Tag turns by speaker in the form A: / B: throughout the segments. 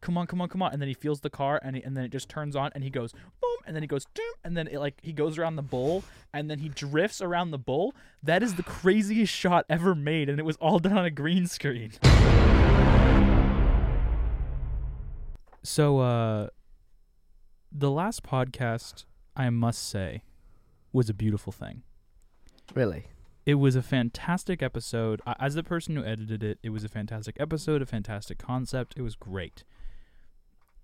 A: come on, come on, come on. And then he feels the car and, he, and then it just turns on and he goes boom and then he goes doom and then it like he goes around the bull and then he drifts around the bull. That is the craziest shot ever made and it was all done on a green screen. So uh the last podcast, I must say, was a beautiful thing.
B: Really?
A: It was a fantastic episode. I- As the person who edited it, it was a fantastic episode, a fantastic concept. It was great.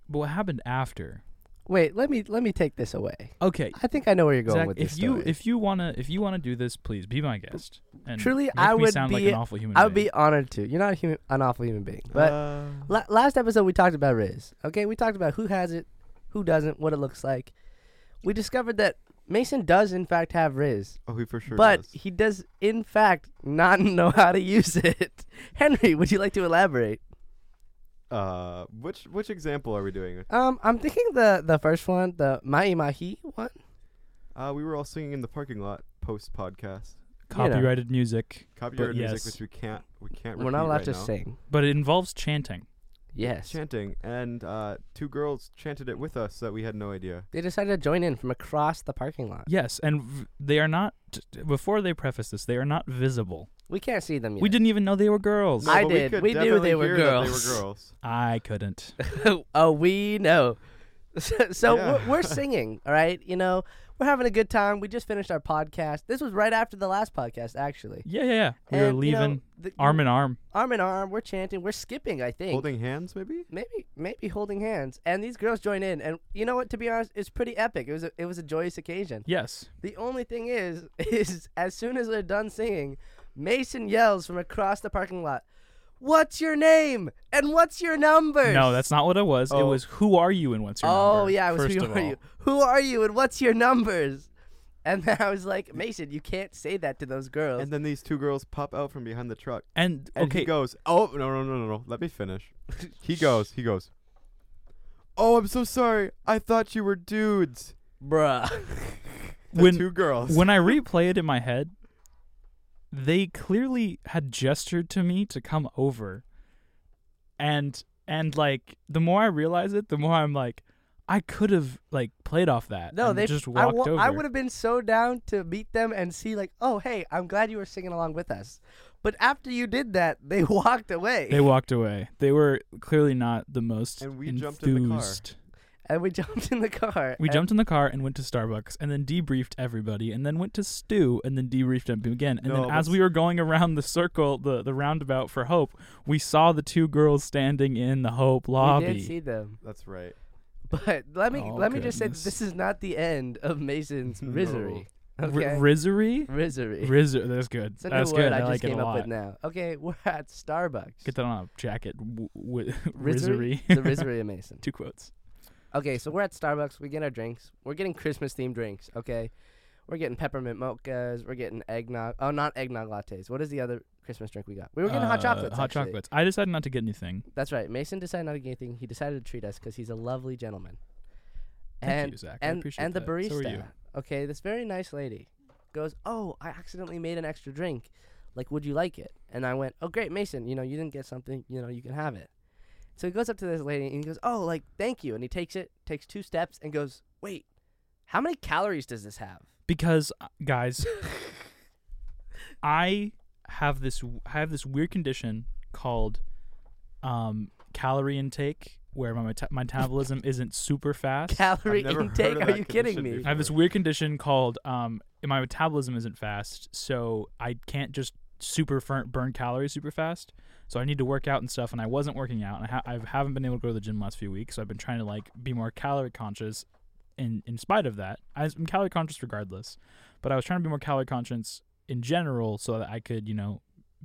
A: But what happened after?
B: Wait, let me let me take this away.
A: Okay,
B: I think I know where you're going
A: Zach,
B: with this
A: if you
B: story.
A: if you wanna if you wanna do this, please be my guest. And
B: Truly,
A: make
B: I
A: me
B: would
A: sound like
B: be-
A: an awful human.
B: I would
A: being.
B: be honored to. You're not a human, an awful human being. But
C: Uh,
B: la- last episode we talked about Riz. Okay, we talked about who has it, who doesn't, what it looks like. We discovered that Mason does in fact have Riz,
C: oh, he for sure
B: but
C: does.
B: he does in fact not know how to use it. Henry, would you like to elaborate?
C: Uh, which which example are we doing?
B: Um, I'm thinking the the first one, the Mai Mahi one.
C: Uh, we were all singing in the parking lot post podcast.
B: you know.
A: copyrighted music,
C: Copyrighted
A: yes.
C: music, which we can't we can't.
B: We're not
C: repeat
B: allowed
C: right
B: to
C: now.
B: sing.
A: but it involves chanting.
B: Yes.
C: Chanting, and uh, two girls chanted it with us that we had no idea.
B: They decided to join in from across the parking lot.
A: Yes, and v- they are not. Before they preface this, they are not visible.
B: We can't see them yet.
A: We didn't even know they were girls.
C: No,
B: I
C: but
B: did.
C: We, could
B: We knew
C: definitely
B: they were
C: hear that
B: girls.
C: They were girls.
A: I couldn't.
B: oh, we know. So, so
C: Yeah.
B: we're, we're singing, all right? You know, we're having a good time. We just finished our podcast. This was right after the last podcast, actually.
A: Yeah, yeah, yeah. We were
B: And, you know,
A: leaving
B: the-
A: arm in arm.
B: arm in arm. We're chanting. We're skipping, I think.
C: Holding hands, maybe.
B: Maybe, maybe holding hands, and these girls join in, and you know what? To be honest, it's pretty epic. It was, a, it was a joyous occasion.
A: Yes.
B: The only thing is, is as soon as they're done singing, Mason yells from across the parking lot, "What's your name? And what's your number?"
A: No, that's not what it was. It
C: Oh.
A: was who are you and what's your
B: oh
A: number,
B: yeah, I was
A: first
B: who
A: of
B: are
A: all.
B: you? Who are you and what's your numbers? And then I was like, Mason, you can't say that to those girls.
C: And then these two girls pop out from behind the truck.
A: And
C: And
A: okay,
C: he goes, "Oh no no no no no! Let me finish." he goes, he goes. Oh, I'm so sorry. I thought you were dudes.
B: Bruh.
C: The
A: when
C: two girls.
A: when I replay it in my head, they clearly had gestured to me to come over, and and like the more I realize it, the more I'm like, I could have like played off that.
B: No,
A: and
B: they
A: just
B: I
A: walked
B: wa-
A: over.
B: I would have been so down to meet them and see like, oh hey, I'm glad you were singing along with us. But after you did that, they walked away.
A: They walked away. They were clearly not the most
C: And we
A: enthused.
C: jumped in the car.
B: and we jumped in the car.
A: We
B: and-
A: jumped in the car and went to Starbucks and then debriefed everybody and then went to Stu and then debriefed him again. And
C: No,
A: then
C: but
A: as
C: s-
A: we were going around the circle, the, the roundabout for Hope, we saw the two girls standing in the Hope lobby.
B: We did see them.
C: That's right.
B: But let me
A: Oh,
B: let me just say that
A: goodness.
B: this is not the end of Mason's misery.
A: R-
B: Okay.
A: Rizzery?
B: Risery.
A: Rizzer. That's good.
B: it's a new
A: That's
B: word
A: good.
B: I,
A: I,
B: just
A: like it
B: came
A: a
B: up
A: lot.
B: with now. Okay, we're at Starbucks.
A: Get that on a jacket. W- w-
B: Risery?
A: Rizzery.
B: the Risery of Mason.
A: two quotes.
B: Okay, so we're at Starbucks. We get our drinks. We're getting Christmas themed drinks. Okay, we're getting peppermint mochas. We're getting eggnog. Oh, not eggnog lattes. What is the other Christmas drink we got? We were getting hot
A: Uh,
B: chocolates.
A: Hot
B: actually.
A: chocolates. I decided not to get anything.
B: That's right. Mason decided not to get anything. He decided to treat us because he's a lovely gentleman.
A: Thank
B: and
A: you, Zach. I
B: and
A: appreciate
B: and the
A: that.
B: barista.
A: So are you.
B: Okay, this very nice lady goes, "Oh, I accidentally made an extra drink. Like, would you like it?" And I went, "Oh, great, Mason. You know, you didn't get something. You know, you can have it." So he goes up to this lady and he goes, "Oh, like, thank you." And he takes it, takes two steps, and goes, "Wait, how many calories does this have?"
A: because uh, guys i have this i have this weird condition called um calorie intake where my meta- metabolism isn't super fast
B: Calorie
C: never heard of
B: intake? Are
C: that
B: you kidding
C: condition
B: me?
A: i have this weird condition called um my metabolism isn't fast so i can't just super fur- burn calories super fast so i need to work out and stuff and i wasn't working out and i, ha- I haven't been able to go to the gym the last few weeks so i've been trying to like be more calorie conscious in in spite of that I was- i'm calorie conscious regardless but i was trying to be more calorie conscious in general so that i could you know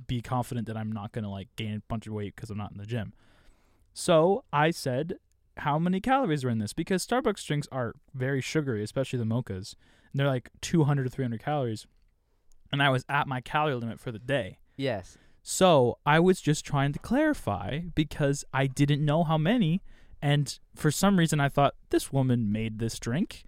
A: be confident that i'm not going to like gain a bunch of weight because i'm not in the gym so i said how many calories are in this because starbucks drinks are very sugary especially the mochas and they're like 200 to 300 calories and i was at my calorie limit for the day
B: Yes.
A: so I was just trying to clarify because I didn't know how many. And for some reason, I thought this woman made this drink.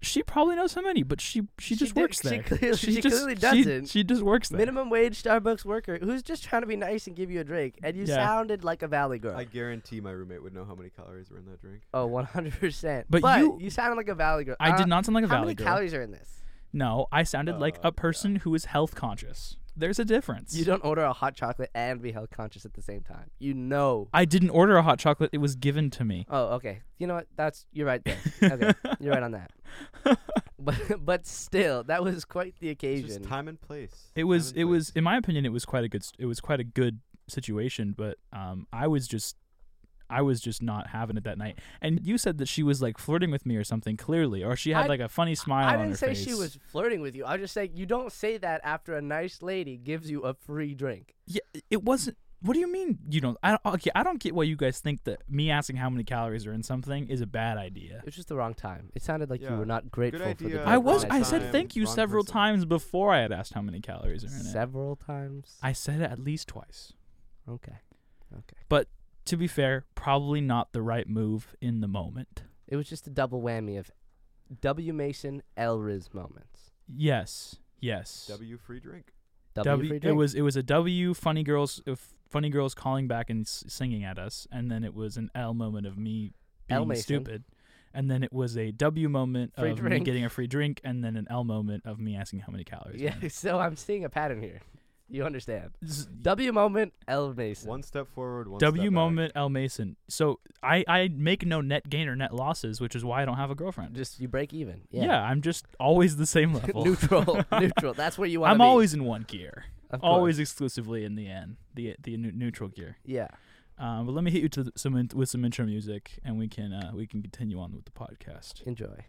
A: She probably knows how many, but she she, just
B: did-
A: works
B: she
A: there.
B: clearly- she
A: just,
B: clearly
A: she-
B: doesn't.
A: She, just works there.
B: Minimum wage Starbucks worker who's just trying to be nice and give you a drink, and you
A: Yeah.
B: sounded like a valley girl.
C: I guarantee my roommate would know how many calories were in that drink.
B: oh, 100 percent.
A: But you-
B: sounded like a valley girl.
A: I
B: Uh,
A: did not sound like a
B: How
A: valley
B: many
A: girl.
B: calories are in this?
A: No, I sounded like
C: Oh, yeah.
A: a person who is health conscious. There's a difference.
B: You don't order a hot chocolate and be health conscious at the same time. You know.
A: I didn't order a hot chocolate. It was given to me.
B: Oh, okay. You know what? That's you're right there. Okay, you're right on that. But but still, that was quite the
C: It's just
B: occasion.
C: time and place.
A: It
C: Time
A: was
C: and
A: it was
C: place.
A: in my opinion it was quite a good s- it was quite a good situation, but um I was just I was just not having it that night. And you said that she was like flirting with me or something clearly or she had
B: I-
A: like a funny smile
B: I
A: on
B: didn't
A: her
B: say
A: face.
B: she was flirting with you. I was just saying you don't say that after a nice lady gives you a free drink.
A: Yeah, it wasn't What do you mean you don't I don't, okay, I don't get why you guys think that me asking how many calories are in something is a bad idea.
B: It was just the wrong time. It sounded like you
C: Yeah.
B: were not grateful for the
C: idea.
B: drink.
A: I was
B: that
A: I
B: night.
A: said
C: time,
A: thank you
C: wrong
A: several
C: person.
A: times before I had asked how many calories are in it.
B: several times.
A: I said it at least twice.
B: okay.
A: To be fair, probably not the right move in the moment.
B: It was just a double whammy of W Mason L Riz moments.
A: Yes. Yes.
C: W free drink.
B: W, free drink.
A: It was it was a W funny girls if funny girls calling back and s- singing at us, and then it was an L moment of me
B: L
A: being
B: Mason.
A: stupid, and then it was a W moment
B: Free
A: of
B: drink.
A: me getting a free drink, and then an L moment of me asking how many calories. were
B: Yeah,
A: in it.
B: so I'm seeing a pattern here. You understand.
A: Z-
B: W moment L Mason.
C: One step forward, one
A: W
C: step back.
A: moment L Mason. So I I make no net gain or net losses, which is why I don't have a girlfriend.
B: Just you break even.
A: yeah.
B: Yeah.
A: I'm just always the same level.
B: neutral. neutral. That's where you want to
A: I'm
B: be.
A: always in one gear,
B: Of course.
A: always exclusively in the N, the the neu- neutral gear.
B: Yeah.
A: Um, but let me hit you to th- some in- with some intro music, and we can uh, we can continue on with the podcast.
B: Enjoy.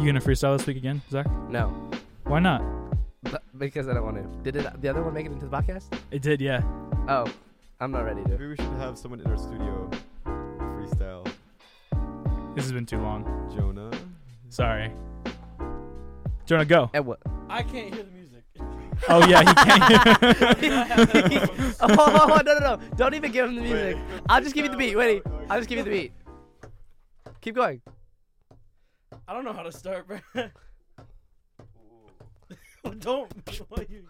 A: You gonna freestyle this week again, Zach?
B: No,
A: Why not?
B: but because I don't want to. Did it? The other one make it into the podcast?
A: It did, yeah.
B: Oh, I'm not ready to.
C: Maybe we should have someone in our studio freestyle.
A: This has been too long.
C: Jonah.
A: Sorry. Jonah, go.
B: And what?
D: I can't hear the music.
A: Oh yeah, he can't.
B: oh, oh, oh, no, no, no! Don't even give him the music. I'll just give you the beat. Wait, I'll just give you the beat. Keep going.
D: I don't know how to start, bro. don't. why you-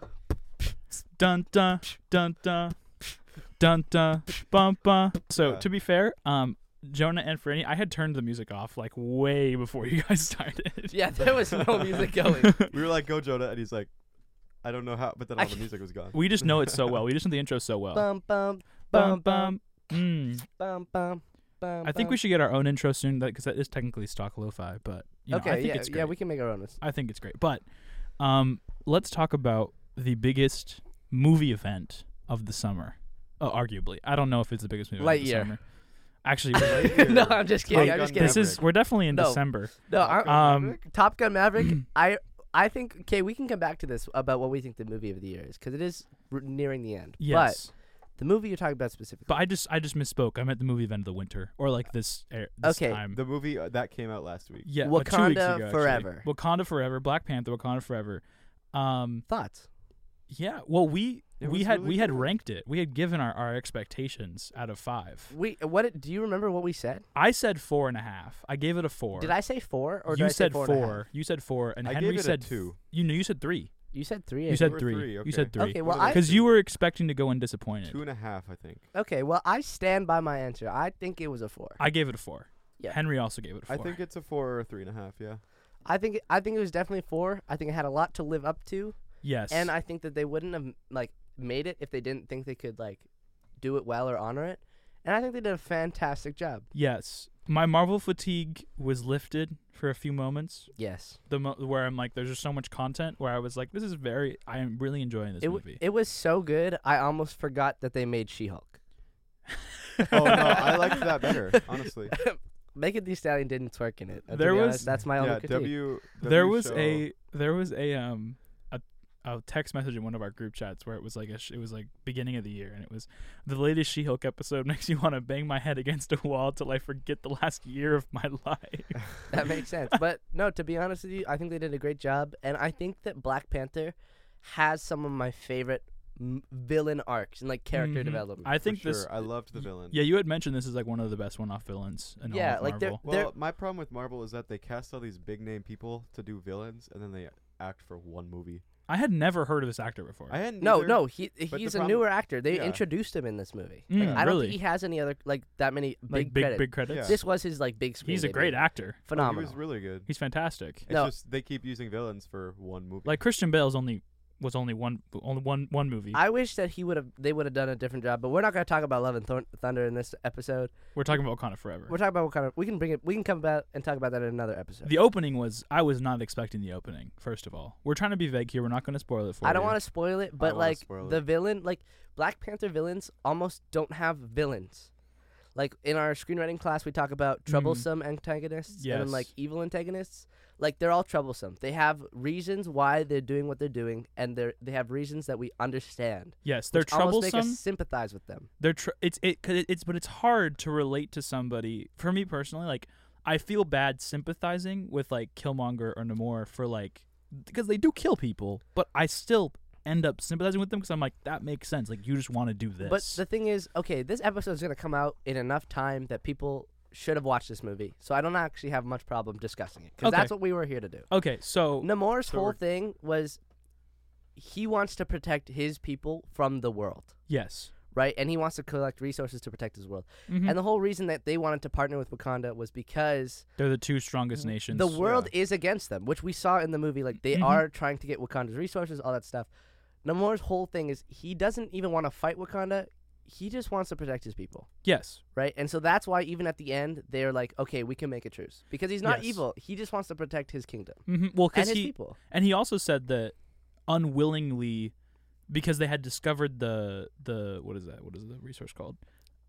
A: dun dun dun dun dun dun bum bum. So
B: Uh.
C: Yeah.
A: to be fair, um, Jonah and Franny, I had turned the music off like way before you guys started.
B: Yeah, there was no music going.
C: We were like, go, Jonah. And he's like, I don't know how. But then
B: I
C: all the
B: can't-
C: music was gone.
A: We just know it so well. We just know the intro so well.
B: Bum bum
A: Bum bum. Mm.
B: bum bum bum.
A: I think we should get our own intro soon because that is technically stock lo-fi, but you know,
B: okay,
A: I think
B: yeah,
A: it's great.
B: yeah, we can make our own.
A: I think it's great. But um, let's talk about the biggest movie event of the summer, uh, arguably. I don't know if it's the biggest movie event of the
B: Lightyear.
A: summer. Actually,
B: no, I'm just kidding. I'm just
C: Top Gun
B: kidding.
A: this is we're definitely in
B: No.
A: December.
B: no, I'm,
A: Um,
B: Top Gun Maverick. I I think okay, we can come back to this about what we think the movie of the year is because it is r- nearing the end.
A: Yes,
B: But the movie you're talking about specifically.
A: but I just I just misspoke. I meant the movie event of the winter or like this, air, this
B: Okay.
A: time.
C: The movie uh, that came out last week.
A: yeah, well, two weeks
B: Wakanda
A: ago, actually.
B: Forever.
A: Wakanda Forever, Black Panther, Wakanda Forever. Um,
B: Thoughts?
A: yeah. Well, we
C: It
A: we
C: was
A: had
C: really
A: we had
C: good.
A: ranked it. We had given our, our expectations out of five.
B: We what? it- Do you remember what we said?
A: I said four and a half. I gave it a four.
B: Did I say four or
A: you
B: did I
A: said
B: say four? and a half?
A: You said four, and
C: I
A: Henry
C: gave it a
A: said
C: two.
A: You know, you said three.
B: You said three. I
A: You said
C: were
B: think.
A: three.
C: three,
A: You said
C: okay.
A: three.
B: Okay, well,
C: What are
B: I
C: the-
A: Because you were expecting to go in disappointed.
C: Two and a half, I think.
B: okay. Well, I stand by my answer. I think it was a four.
A: I gave it a four.
B: Yeah.
A: Henry also gave it a four.
C: I think it's a four or a three and a half. Yeah.
B: I think it- I think it was definitely a four. I think it had a lot to live up to,
A: yes.
B: and I think that they wouldn't have like made it if they didn't think they could like do it well or honor it. And I think they did a fantastic job.
A: yes. My Marvel fatigue was lifted for a few moments.
B: Yes.
A: The mo- where I'm like, there's just so much content. Where I was like, this is very. I am really enjoying this
B: it, w-
A: movie.
B: it was so good, I almost forgot that they made She Hulk.
C: oh no, I liked that better, honestly.
B: Megan Thee Stallion didn't twerk in it. uh, to
A: There
B: be
A: was-
B: honest, that's my only
C: yeah.
B: critique.
C: W.
A: there
C: W
A: was
C: show-
A: a there was a um a, a text message in one of our group chats where it was like a sh- it was like beginning of the year and it was the latest She-Hulk episode makes you want to bang my head against a wall till I forget the last year of my life.
B: that makes sense. But no, to be honest with you, I think they did a great job, and I think that Black Panther has some of my favorite m- villain arcs and like character
A: Mhm.
B: development.
A: I
C: For
A: think this.
C: sure. I loved the villain.
A: Yeah, you had mentioned this is like one of the best one-off villains in all
B: Yeah,
A: of
B: like, they're-
A: Marvel.
C: Well,
B: There-
C: my problem with Marvel is that they cast all these big name people to do villains, and then they act for one movie.
A: I had never heard of this actor before.
C: I hadn't.
B: no,
C: either.
B: no, he
C: the
B: he's a
C: problem-
B: newer actor. They
C: yeah.
B: introduced him in this movie.
A: Mm,
C: Yeah.
B: I don't
A: really?
B: think he has any other like that many big
A: like big
B: credits.
A: big credits.
C: Yeah.
B: This was his like big screen.
A: He's a
B: debut.
A: great actor.
C: Oh, he
B: Phenomenal.
C: was really good.
A: He's fantastic.
C: It's
B: No.
C: just they keep using villains for one movie.
A: Like Christian Bale's only was only one only one one movie.
B: I wish that he would have they would have done a different job, but we're not going to talk about Love and Thor- Thunder in this episode.
A: We're talking about Wakanda Forever.
B: We're talking about what kind of we can bring it we can come back and talk about that in another episode.
A: the opening was I was not expecting the opening. First of all, we're trying to be vague here. We're not going to spoil it for
B: I don't
A: you.
B: want to spoil it, but
C: wanna
B: like
C: spoil
B: the
C: it.
B: villain, like Black Panther villains almost don't have villains. Like in our screenwriting class, we talk about troublesome antagonists and then, like
A: Mm-hmm. Yes.
B: evil antagonists. Like they're all troublesome. They have reasons why they're doing what they're doing, and they are they have reasons that we understand.
A: Yes, they're
B: which almost Make
A: troublesome.
B: us sympathize with them.
A: they're tr- it's it, 'cause it it's but it's hard to relate to somebody. For me personally, like I feel bad sympathizing with like Killmonger or Namor for like because they do kill people, but I still end up sympathizing with them because I'm like that makes sense. Like you just want to do this.
B: But the thing is, okay, this episode is gonna come out in enough time that people should have watched this movie. So I don't actually have much problem discussing it because
A: Okay.
B: that's what we were here to do.
A: okay, so
B: Namor's
A: So
B: whole
A: we're-
B: thing was he wants to protect his people from the world,
A: yes,
B: right? And he wants to collect resources to protect his world.
A: Mhm.
B: And the whole reason that they wanted to partner with Wakanda was because
A: they're the two strongest nations.
B: the world is against them, which we saw in the movie. Like they
A: Mhm.
B: are trying to get Wakanda's resources, all that stuff. Namor's whole thing is he doesn't even want to fight Wakanda. He just wants to protect his people,
A: yes,
B: right? And so that's why even at the end they're like, "Okay, we can make a truce." Because he's not
A: Yes.
B: evil. He just wants to protect his kingdom
A: hmm well,
B: and
A: because
B: his
A: he
B: people.
A: And he also said that unwillingly, because they had discovered the the what is that? What is the resource called?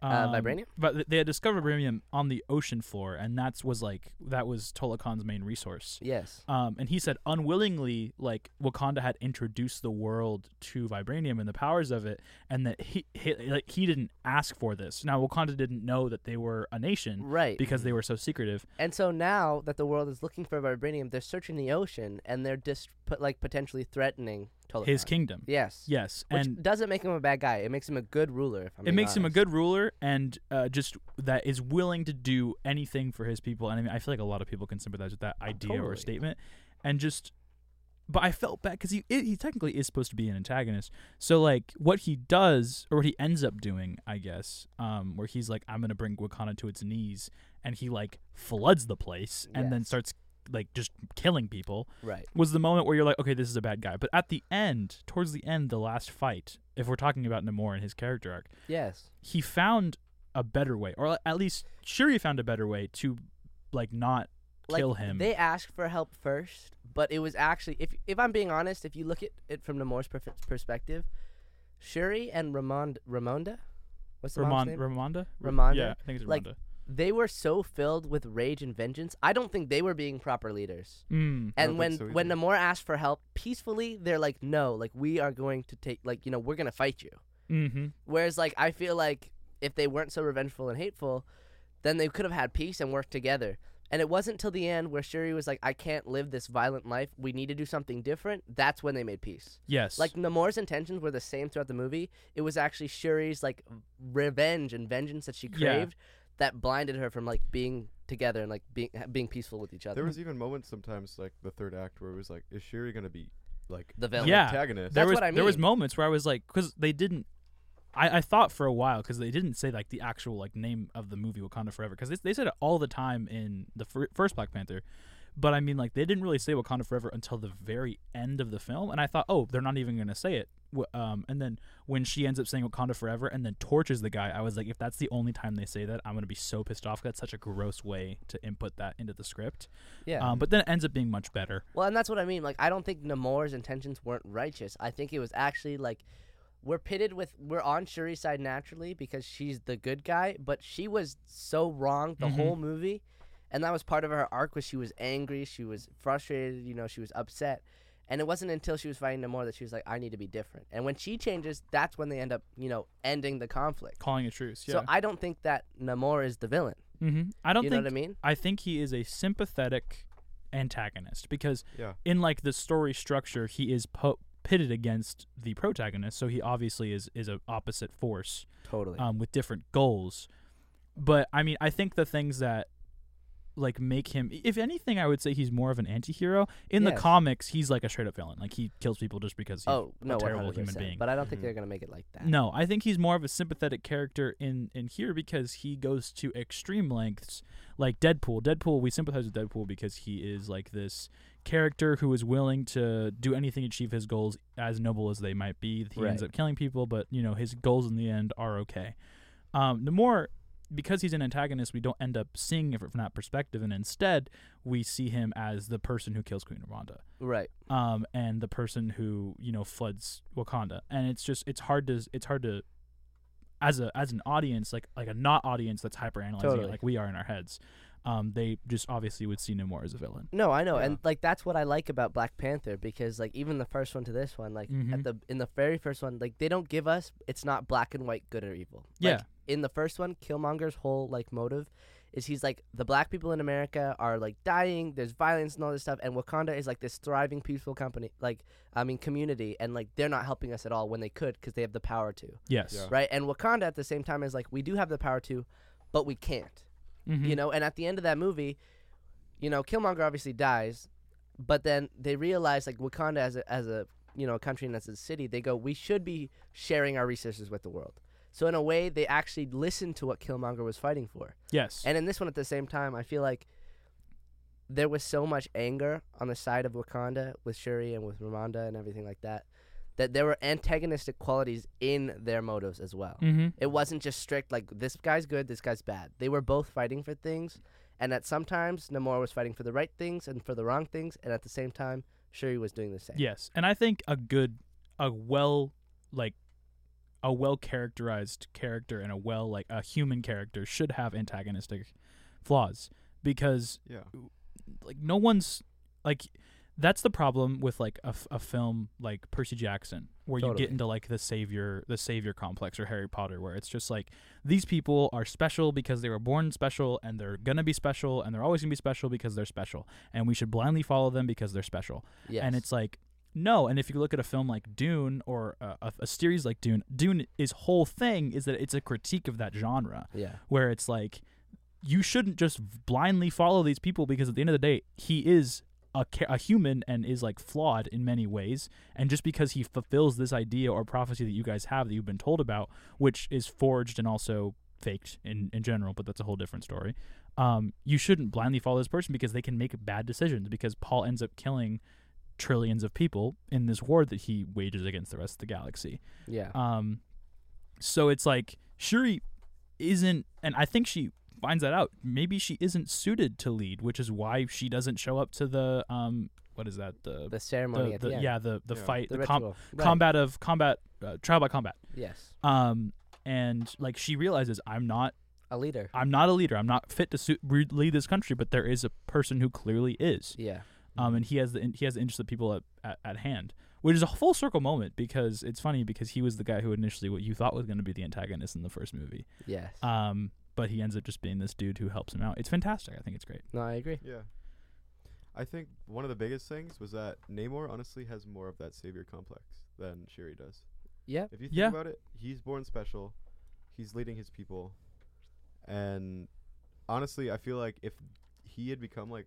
A: Um,
B: Uh, vibranium?
A: But th- they had discovered vibranium on the ocean floor, and that's was like that was Tolokan's main resource.
B: Yes.
A: Um, and he said unwillingly, like Wakanda had introduced the world to vibranium and the powers of it, and that he, he like he didn't ask for this. Now Wakanda didn't know that they were a nation
B: Right.
A: because they were so secretive.
B: And so now that the world is looking for vibranium, they're searching the ocean and they're just put, like potentially threatening Tolokan.
A: His kingdom,
B: Yes.
A: yes,
B: Which
A: and
B: doesn't make him a bad guy. It makes him a good ruler. If
A: it
B: I'm being
A: makes him a
B: honest.
A: good ruler and uh, just that is willing to do anything for his people. And I mean, I feel like a lot of people can sympathize with that idea or
B: Oh, totally.
A: statement, and just. But I felt bad because he i- he technically is supposed to be an antagonist. So like what he does or what he ends up doing, I guess, um, where he's like, I'm gonna bring Wakanda to its knees, and he like floods the place and then
B: Yes.
A: starts like just killing people
B: Right.
A: was the moment where you're like, okay, this is a bad guy. But at the end, towards the end, the last fight, if we're talking about Namor and his character arc,
B: Yes.
A: he found a better way, or at least Shuri found a better way to like not kill
B: like,
A: him.
B: They asked for help first, but it was actually if if I'm being honest, if you look at it from Namor's per- perspective, Shuri and Ramond Ramonda, what's the mom's
A: Ramon,
B: name?
A: Ramonda, Ra-
B: Ramonda?
A: yeah, I think it's Ramonda.
B: Like- they were so filled with rage and vengeance. I don't think they were being proper leaders.
A: mm,
C: I
B: And
C: don't
B: when
C: think so
B: when
C: either.
B: Namor asked for help peacefully, they're like, "No, like we are going to take, like you know, we're gonna fight you."
A: hmm
B: Whereas like I feel like if they weren't so revengeful and hateful, then they could have had peace and worked together. And it wasn't till the end where Shuri was like, "I can't live this violent life. We need to do something different." That's when they made peace.
A: Yes,
B: Like Namor's intentions were the same throughout the movie. It was actually Shuri's like revenge and vengeance that she
A: Yeah.
B: craved that blinded her from like being together and like being being peaceful with each other.
C: there was even moments sometimes like the third act where it was like, is Shuri gonna be like
B: the villain.
A: Yeah.
C: antagonist?
A: there
B: that's
A: was
B: what I
A: there was
B: mean.
A: moments where I was like, because they didn't. I, I thought for a while because they didn't say like the actual like name of the movie Wakanda Forever because they, they said it all the time in the fir- first Black Panther, but I mean like they didn't really say Wakanda Forever until the very end of the film and I thought oh they're not even gonna say it Wh- um, and then when she ends up saying Wakanda Forever and then torches the guy I was like if that's the only time they say that I'm gonna be so pissed off that's such a gross way to input that into the script
B: yeah.
A: um, but then it ends up being much better
B: Well, and that's what I mean. Like, I don't think Namor's intentions weren't righteous. I think it was actually like we're pitted with we're on Shuri's side naturally because she's the good guy, but she was so wrong the
A: Mhm.
B: whole movie, and that was part of her arc was she was angry, she was frustrated, you know, she was upset, and it wasn't until she was fighting Namor that she was like, I need to be different. And when she changes, that's when they end up, you know, ending the conflict.
A: calling a truce yeah
B: So I don't think that Namor is the villain.
A: hmm I don't
B: You know
A: think
B: what I mean?
A: I think he is a sympathetic antagonist because
C: Yeah.
A: in like the story structure, he is po- pitted against the protagonist, so he obviously is is a opposite force
B: Totally.
A: um, with different goals. But I mean, I think the things that like make him, if anything, I would say he's more of an anti-hero. In the
B: Yes.
A: comics, he's like a straight-up villain. Like he kills people just because. He's,
B: oh no,
A: terrible
B: 100%,
A: human being.
B: But I don't think
C: Mhm.
B: they're gonna make it like that.
A: No, I think he's more of a sympathetic character in in here because he goes to extreme lengths, like Deadpool. Deadpool, we sympathize with Deadpool because he is like this character who is willing to do anything to achieve his goals, as noble as they might be. He ends
B: Right.
A: up killing people, but you know his goals in the end are okay. Um, the more because he's an antagonist, we don't end up seeing it from that perspective, and instead we see him as the person who kills Queen Rwanda
B: Right.
A: um, and the person who you know floods Wakanda, and it's just it's hard to it's hard to as a as an audience like like a not audience that's hyper analyzing
B: Totally.
A: it like we are in our heads. Um, they just obviously would see no more as a villain.
B: No, I know,
D: Yeah.
B: and like that's what I like about Black Panther because like even the first one to this one, like
A: Mhm.
B: at the in the very first one, like they don't give us it's not black and white, good or evil.
A: Yeah.
B: Like, in the first one, Killmonger's whole like motive is he's like the black people in America are like dying, there's violence and all this stuff, and Wakanda is like this thriving, peaceful company, like I mean community, and like they're not helping us at all when they could because they have the power to,
A: Yes.
C: Yeah.
B: right? And Wakanda at the same time is like we do have the power to, but we can't
A: Mhm.
B: you know and at the end of that movie you know killmonger obviously dies but then they realize like wakanda as a, as a you know country and as a city they go we should be sharing our resources with the world so in a way they actually listened to what killmonger was fighting for
A: Yes.
B: and in this one at the same time i feel like there was so much anger on the side of wakanda with shuri and with ramonda and everything like that that there were antagonistic qualities in their motives as well
A: mm-hmm.
B: it wasn't just strict like this guy's good, this guy's bad. They were both fighting for things, and at sometimes Namor was fighting for the right things and for the wrong things, and at the same time Shuri was doing the same.
A: Yes, and I think a good, a well, like, a well characterized character and a well like a human character should have antagonistic flaws because
C: Yeah.
A: like no one's like that's the problem with like a, f- a film like Percy Jackson where you
B: Totally.
A: get into like the savior the savior complex or Harry Potter where it's just like these people are special because they were born special and they're going to be special and they're always going to be special because they're special and we should blindly follow them because they're special
B: Yes.
A: and it's like no and if you look at a film like Dune or a, a, a series like Dune Dune is whole thing is that it's a critique of that genre
B: yeah.
A: where it's like you shouldn't just blindly follow these people because at the end of the day he is a, ca- a human and is like flawed in many ways and just because he fulfills this idea or prophecy that you guys have that you've been told about which is forged and also faked in, in general but that's a whole different story um, you shouldn't blindly follow this person because they can make bad decisions because paul ends up killing trillions of people in this war that he wages against the rest of the galaxy
B: Yeah.
A: um, so it's like Shuri isn't, and I think she finds that out. Maybe she isn't suited to lead, which is why she doesn't show up to the um, what is that the
B: the ceremony
A: the,
B: at
A: the-
B: the, end.
A: yeah the the
C: Yeah.
A: fight
B: The,
A: the, com-
B: ritual. Right.
A: combat of combat uh, trial by combat.
B: Yes.
A: Um, and like she realizes I'm not
B: A leader.
A: I'm not a leader. I'm not fit to su- re- lead this country, but there is a person who clearly is
B: Yeah.
A: um, and he has the he has the interest of people at, at, at hand, which is a full circle moment because it's funny because he was the guy who initially what you thought was going to be the antagonist in the first movie,
B: Yes.
A: um, but he ends up just being this dude who helps him out. It's fantastic. I think it's great.
B: no, I agree.
C: Yeah. I think one of the biggest things was that Namor honestly has more of that savior complex than Shuri does.
B: Yeah.
C: If you think
A: Yeah.
C: about it, he's born special. He's leading his people. And honestly, I feel like if he had become like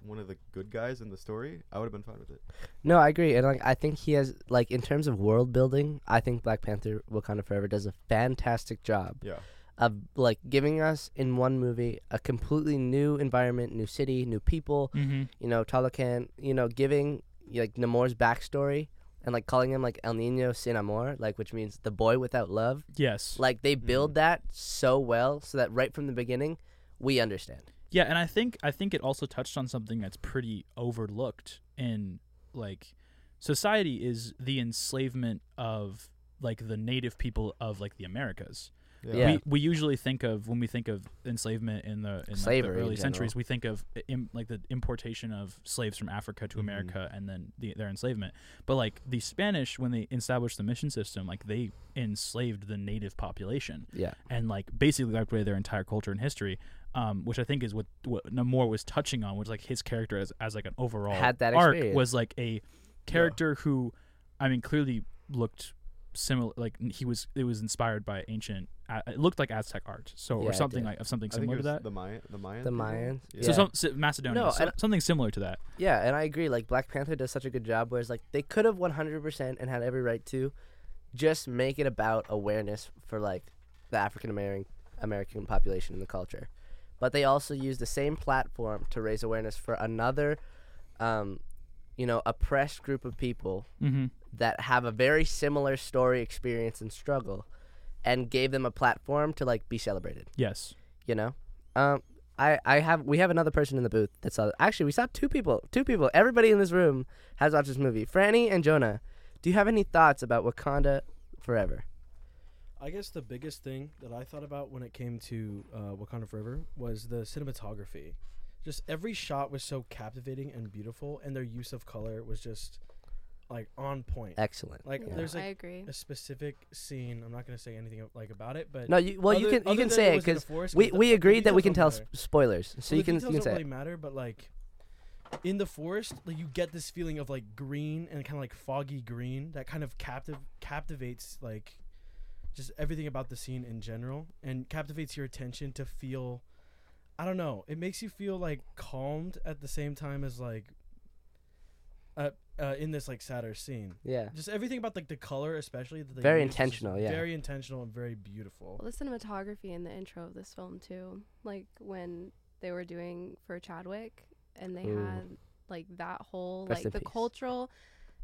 C: one of the good guys in the story, I would have been fine with it.
B: No, I agree. And like I think he has like in terms of world building, I think Black Panther Wakanda Forever does a fantastic job
C: Yeah.
B: of like giving us in one movie a completely new environment, new city, new people,
A: Mm-hmm.
B: you know, Talocan, you know, giving like Namor's backstory and like calling him like El Nino Sin Amor, like which means the boy without love.
A: Yes.
B: Like they build
C: Mhm.
B: that so well so that right from the beginning we understand.
A: Yeah, and I think I think it also touched on something that's pretty overlooked in like society is the enslavement of like the native people of like the Americas.
B: Yeah.
A: we, we usually think of when we think of enslavement in the in like, the
B: Slavery in
A: early
B: general.
A: centuries, we think of i- im, like the importation of slaves from Africa to
B: Mm-hmm.
C: Mhm.
A: America and then the, their enslavement. But like the Spanish, when they established the mission system, like they enslaved the native population
B: Yeah.
A: and like basically wiped away their entire culture and history. Um, which I think is what, what Namor was touching on, which like his character as, as like an overall
B: Had that
A: arc
B: experience.
A: was like a character who I mean, clearly looked similar. Like n- he was, it was inspired by ancient. A- It looked like Aztec art, so
B: Yeah,
A: or
B: it
A: something
B: did.
A: like of something
C: I think
A: similar
C: it
A: to
C: was
A: that.
C: the Maya, the Mayan,
B: The
C: people?
B: Mayans.
C: Yeah.
A: So, some, so Macedonia,
B: No,
A: so-
B: and-
A: something similar to that.
B: Yeah, and I agree. Like Black Panther does such a good job, whereas like they could have 100% and had every right to, just make it about awareness for like the African American American population in the culture, but they also use the same platform to raise awareness for another, um, you know, oppressed group of people
A: Mm-hmm.
B: that have a very similar story, experience, and struggle, and gave them a platform to like be celebrated
A: Yes.
B: you know um i i have we have another person in the booth that saw actually we saw two people two people everybody in this room has watched this movie franny and jonah do you have any thoughts about wakanda forever
D: I guess the biggest thing that I thought about when it came to uh, Wakanda Forever was the cinematography. Just every shot was so captivating and beautiful, and their use of color was just like on point.
B: excellent
D: Like
B: Yeah.
D: there's
E: I
D: like
E: agree.
D: a specific scene. I'm not gonna say anything like about it, but
B: no you well you
D: other-
B: can you
D: other
B: can
D: than
B: say it
D: was in the
B: because
D: forest,
B: we
D: the-
B: we
D: the
B: agreed that we can
D: details
B: tell
D: don't matter.
B: s- spoilers so
D: Well,
B: you
D: the
B: can you can
D: details don't
B: say
D: really
B: it.
D: matter, but like in the forest, like you get this feeling of like green and kind of like foggy green that kind of captive captivates like just everything about the scene in general and captivates your attention to feel I don't know, it makes you feel like calmed at the same time as like uh, uh in this like sadder scene.
B: yeah
D: Just everything about like the color especially that they
B: Very
D: use is just
B: intentional, yeah.
D: Very intentional and very beautiful.
E: Well, the cinematography in the intro of this film too, like when they were doing for Chadwick, and they
B: Ooh.
E: had like that whole
B: Rest in
E: like the
B: peace.
E: cultural,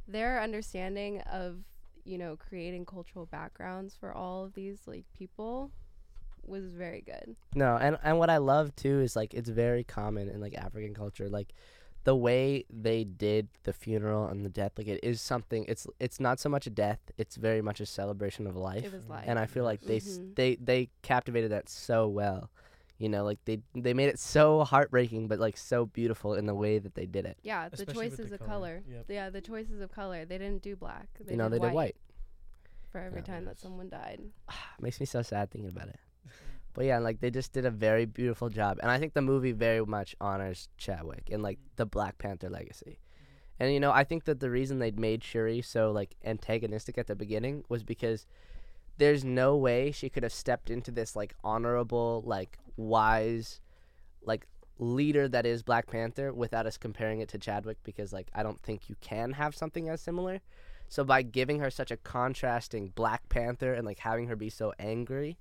E: their understanding of you know creating cultural backgrounds for all of these like people was very good.
B: No, and and what I love too is like it's very common in like African culture, like the way they did the funeral and the death, like it is something. It's it's not so much a death; it's very much a celebration of life.
E: It was live.
B: and I feel like they s
E: Mhm.
B: they they captivated that so well, you know, like they they made it so heartbreaking, but like so beautiful in the way that they did it.
E: yeah, the
D: Especially with
E: choices
D: the
E: of
D: color.
E: color.
D: Yep.
E: Yeah, the choices of color. They didn't do black. They
B: you know,
E: did
B: they
E: white
B: did white.
E: for every
B: Yeah.
E: time that someone died.
B: makes me so sad thinking about it. But yeah, like they just did a very beautiful job, and I think the movie very much honors Chadwick and like the Black Panther legacy. And you know, I think that the reason they'd made Shuri so like antagonistic at the beginning was because there's no way she could have stepped into this like honorable, like wise, like leader that is Black Panther without us comparing it to Chadwick because like I don't think you can have something as similar. So by giving her such a contrasting Black Panther and like having her be so angry,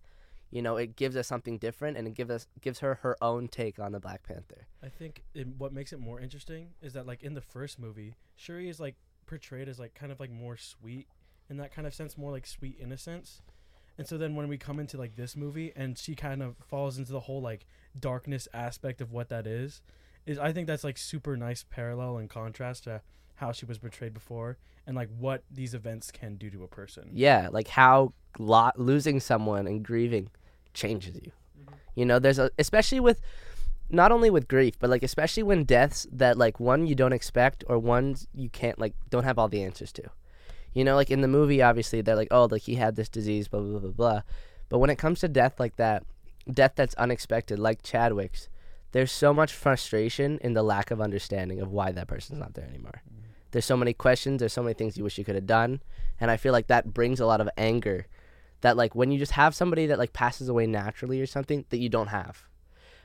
B: you know, it gives us something different and it gives us gives her her own take on the Black Panther.
D: I think it, what makes it more interesting is that like in the first movie, Shuri is like portrayed as like kind of like more sweet in that kind of sense, more like sweet innocence. And so then when we come into like this movie and she kind of falls into the whole like darkness aspect of what that is, is I think that's like super nice parallel and contrast to how she was portrayed before and like what these events can do to a person.
B: Yeah, like how lo- losing someone and grieving changes you. You know, there's a especially with not only with grief, but like especially when deaths that like one you don't expect or ones you can't like don't have all the answers to. You know, like in the movie, obviously they're like, oh, like he had this disease, blah blah blah blah. blah. But when it comes to death like that, death that's unexpected, like Chadwick's, there's so much frustration in the lack of understanding of why that person's not there anymore. There's so many questions. There's so many things you wish you could have done, and I feel like that brings a lot of anger. That like when you just have somebody that like passes away naturally or something that you don't have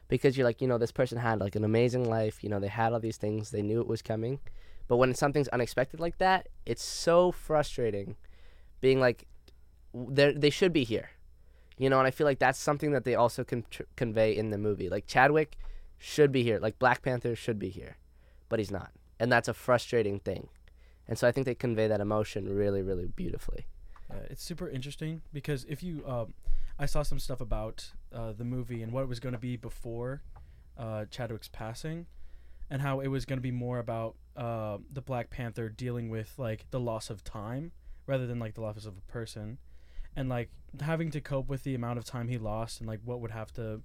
B: because you're like, you know, this person had like an amazing life. You know, they had all these things. They knew it was coming. But when something's unexpected like that, it's so frustrating being like, they they should be here. You know, and I feel like that's something that they also con- tr- convey in the movie. Like, Chadwick should be here. Like, Black Panther should be here, but he's not. And that's a frustrating thing. And so I think they convey that emotion really, really beautifully.
D: Yeah, Uh, it's super interesting because if you, um, I saw some stuff about uh, the movie and what it was going to be before uh, Chadwick's passing, and how it was going to be more about uh, the Black Panther dealing with like the loss of time rather than like the loss of a person, and like having to cope with the amount of time he lost and like what would have to,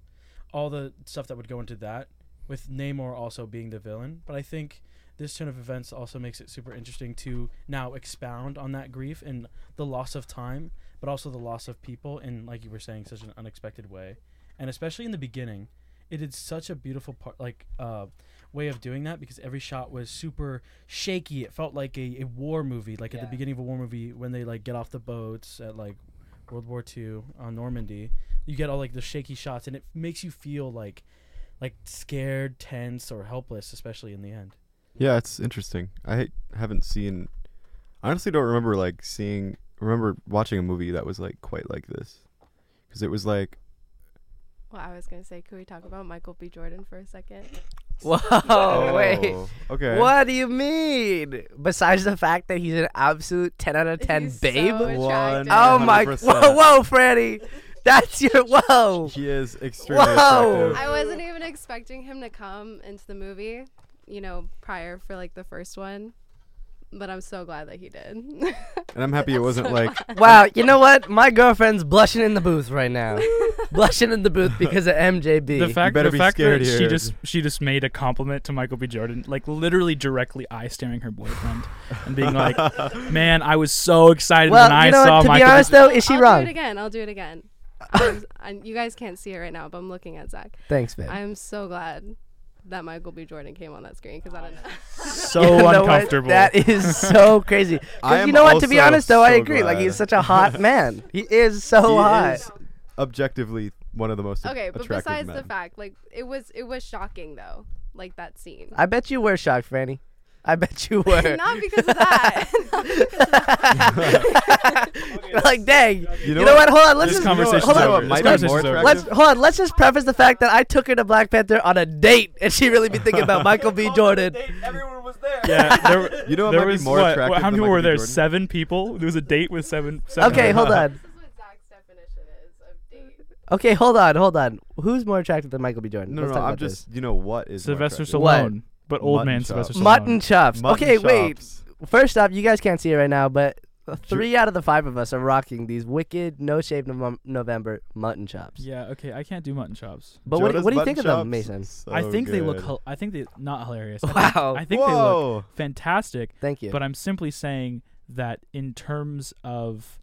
D: all the stuff that would go into that, with Namor also being the villain. But I think. This turn of events also makes it super interesting to now expound on that grief and the loss of time, but also the loss of people in, like you were saying, such an unexpected way. And especially in the beginning, it did such a beautiful part like uh way of doing that because every shot was super shaky it felt like a, a war movie like at the
B: Yeah.
D: beginning of a war movie when they like get off the boats at like world war ii on normandy you get all like the shaky shots and it makes you feel like like scared tense or helpless especially in the end
C: Yeah, it's interesting. I haven't seen. I honestly don't remember like seeing. Remember watching a movie that was like quite like this, because it was like
E: Well, I was gonna say, could we talk about Michael B. Jordan for a second?
B: Whoa, wait.
C: Oh, okay.
B: What do you mean? Besides the fact that he's an absolute 10 out of 10
E: He's
B: babe?
E: so
C: One-
E: attractive.
B: oh my.
C: 100%.
B: Whoa, whoa, Freddie. That's your. Whoa.
C: He is extremely
B: Whoa.
C: attractive.
E: I wasn't even expecting him to come into the movie, you know, prior for like the first one, but I'm so glad that he did.
C: And I'm happy it wasn't like
B: Wow, you know what? My girlfriend's blushing in the booth right now. blushing in the booth because of MJB.
A: The fact,
C: better
A: the
C: be
A: fact that
C: scared
A: she
C: here.
A: just she just made a compliment to Michael B. Jordan, like literally directly eye staring her boyfriend and being like, "Man, I was so excited
B: well,
A: when
B: you
A: I
B: know
A: saw
B: what? To be
A: Michael." B.
B: honest, though, is she
E: I'll
B: wrong?
E: do it again. I'll do it again. I'm, I, you guys can't see it right now, but I'm looking at Zach.
B: Thanks, babe.
E: I'm so glad that Michael B. Jordan came on that screen because I don't
B: Oh,
E: know.
A: so
B: You know what?
A: uncomfortable."
B: That is so crazy. 'Cause
C: I am
B: you know what? To be
C: also
B: honest, though, I
C: so
B: agree. Like
C: glad.
B: he's such a hot man. He is so
C: he
B: hot.
C: is objectively one of the most
E: Okay, but
C: attractive
E: besides
C: men.
E: the fact, like it was, it was shocking though, like that scene.
B: I bet you were shocked, Franny. I bet you were.
E: Not because of that. Not because of that.
B: like dang.
C: you
B: You know what? Hold on. Let's
A: This
B: just
A: conversation's
B: hold on.
A: over. This
B: Let's-
A: conversation's
C: Let's-
A: over.
B: Let's hold on. Let's just preface the fact that I took her to Black Panther on a date, and she really be thinking about Michael B. Jordan.
F: Everyone was there.
A: yeah, there, were-
C: You know what
A: there
C: might be
A: was
C: more
A: what,
C: attractive
A: what- how many
C: than
A: people
C: Michael
A: were
C: B.
A: there?
C: Jordan?
A: Seven people. There was a date with seven. seven
B: Okay, hold on.
E: This is what Zach's definition is of date.
B: Okay, hold on, hold on. Who's more attractive than Michael B. Jordan?
C: No,
B: Let's
C: no,
B: talk
C: I'm
B: about
C: just. You know what is more
A: Sylvester
C: attractive?
B: What?
A: Stallone, but old
C: Mutton
A: man
C: chop.
A: Sylvester
B: this.
A: Stallone.
B: mutton chops.
C: Mutton
B: okay, wait.
C: chops.
B: First off, you guys can't see it right now, but three out of the five of us are rocking these wicked no shave Novem- November mutton chops.
A: Yeah. Okay, I can't do mutton chops.
B: But what,
C: Jonas
B: what do you
C: mutton
B: think of them,
C: chops?
B: Mason?
C: So
A: I think they look.
C: good.
A: hil- I think they not hilarious. I think-
B: Wow.
A: I think they look
C: Whoa.
A: fantastic.
B: Thank you.
A: But I'm simply saying that in terms of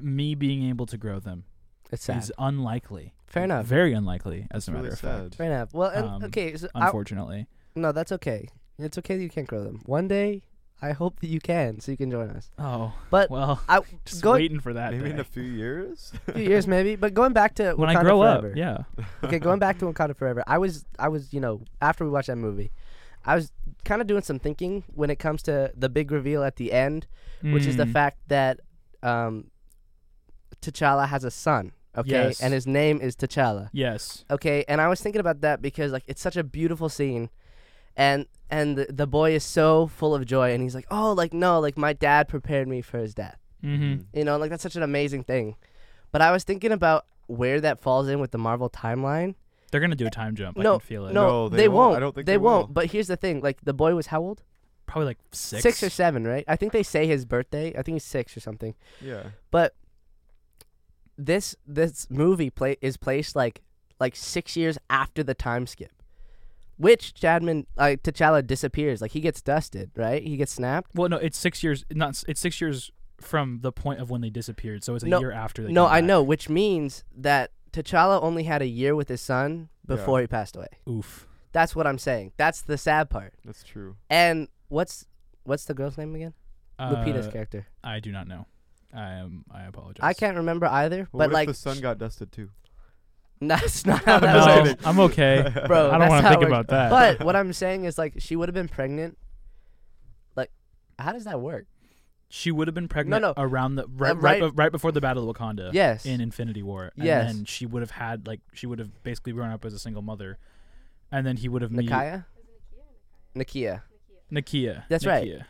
A: me being able to grow them
B: it's sad.
A: is unlikely.
B: Fair enough.
A: Very unlikely, as a matter
C: really
A: of
C: sad.
A: fact.
B: Fair enough. Well, and,
A: Um,
B: okay. So I,
A: Unfortunately,
B: no, that's okay. It's okay that you can't grow them. One day, I hope that you can, so you can join us.
A: oh
B: But
A: well,
B: I
A: just
B: go
A: waiting for that.
C: Maybe
A: day.
C: in a few years.
B: few years maybe. But going back to
A: when I
B: Wakanda
A: grow
B: forever,
A: up, yeah.
B: okay, going back to Wakanda Forever, I was I was you know after we watched that movie, I was kind of doing some thinking when it comes to the big reveal at the end, which is the
A: Mm.
B: fact that um, T'Challa has a son. Okay,
A: Yes.
B: and his name is T'Challa.
A: Yes.
B: Okay, and I was thinking about that because like it's such a beautiful scene, and and the, the boy is so full of joy, and he's like, oh, like no, like my dad prepared me for his death.
A: Mm-hmm.
C: Mm.
B: You know, like that's such an amazing thing. But I was thinking about where that falls in with the Marvel timeline.
A: They're gonna do a time jump. I
B: No,
A: can feel it.
B: no,
C: No,
B: they,
C: they
B: won't.
C: won't. I don't think
B: they,
C: they
B: won't.
C: will.
B: But here's the thing: like the boy was how old?
A: Probably like six.
B: or seven, right? I think they say his birthday. I think he's six or something.
C: yeah.
B: But this this movie play is placed like like six years after the time skip, which Chadman like T'Challa disappears. Like he gets dusted, right? He gets snapped.
A: Well, no, it's six years. Not s- it's six years from the point of when they disappeared. So it's a
B: No-
A: year after. They
B: No,
A: came
B: I
A: back.
B: know, which means that T'Challa only had a year with his son
C: Yeah.
B: before he passed away.
A: Oof.
B: That's what I'm saying. That's the sad part.
C: That's true.
B: And what's what's the girl's name again? Lupita's
A: Uh,
B: character.
A: I do not know. I am. I apologize.
B: I can't remember either.
C: Well,
B: but
C: what
B: like,
C: if the sun got dusted too?
B: that's not how that
A: No,
B: works.
A: I'm okay.
B: Bro,
A: I don't
B: that's
A: want to
B: how
A: think
B: it works.
A: about that.
B: But what I'm saying is like, she would have been pregnant. Like, how does that work?
A: she would have been pregnant
B: no.
A: around the right,
B: Uh,
A: right
B: right-
A: be- right before the Battle of Wakanda.
B: Yes.
A: In Infinity War. And
B: Yes.
A: then she would have had like she would have basically grown up as a single mother. And then he would have met
B: Nakia. Nakia.
A: Nakia.
B: That's right.
A: Nakia.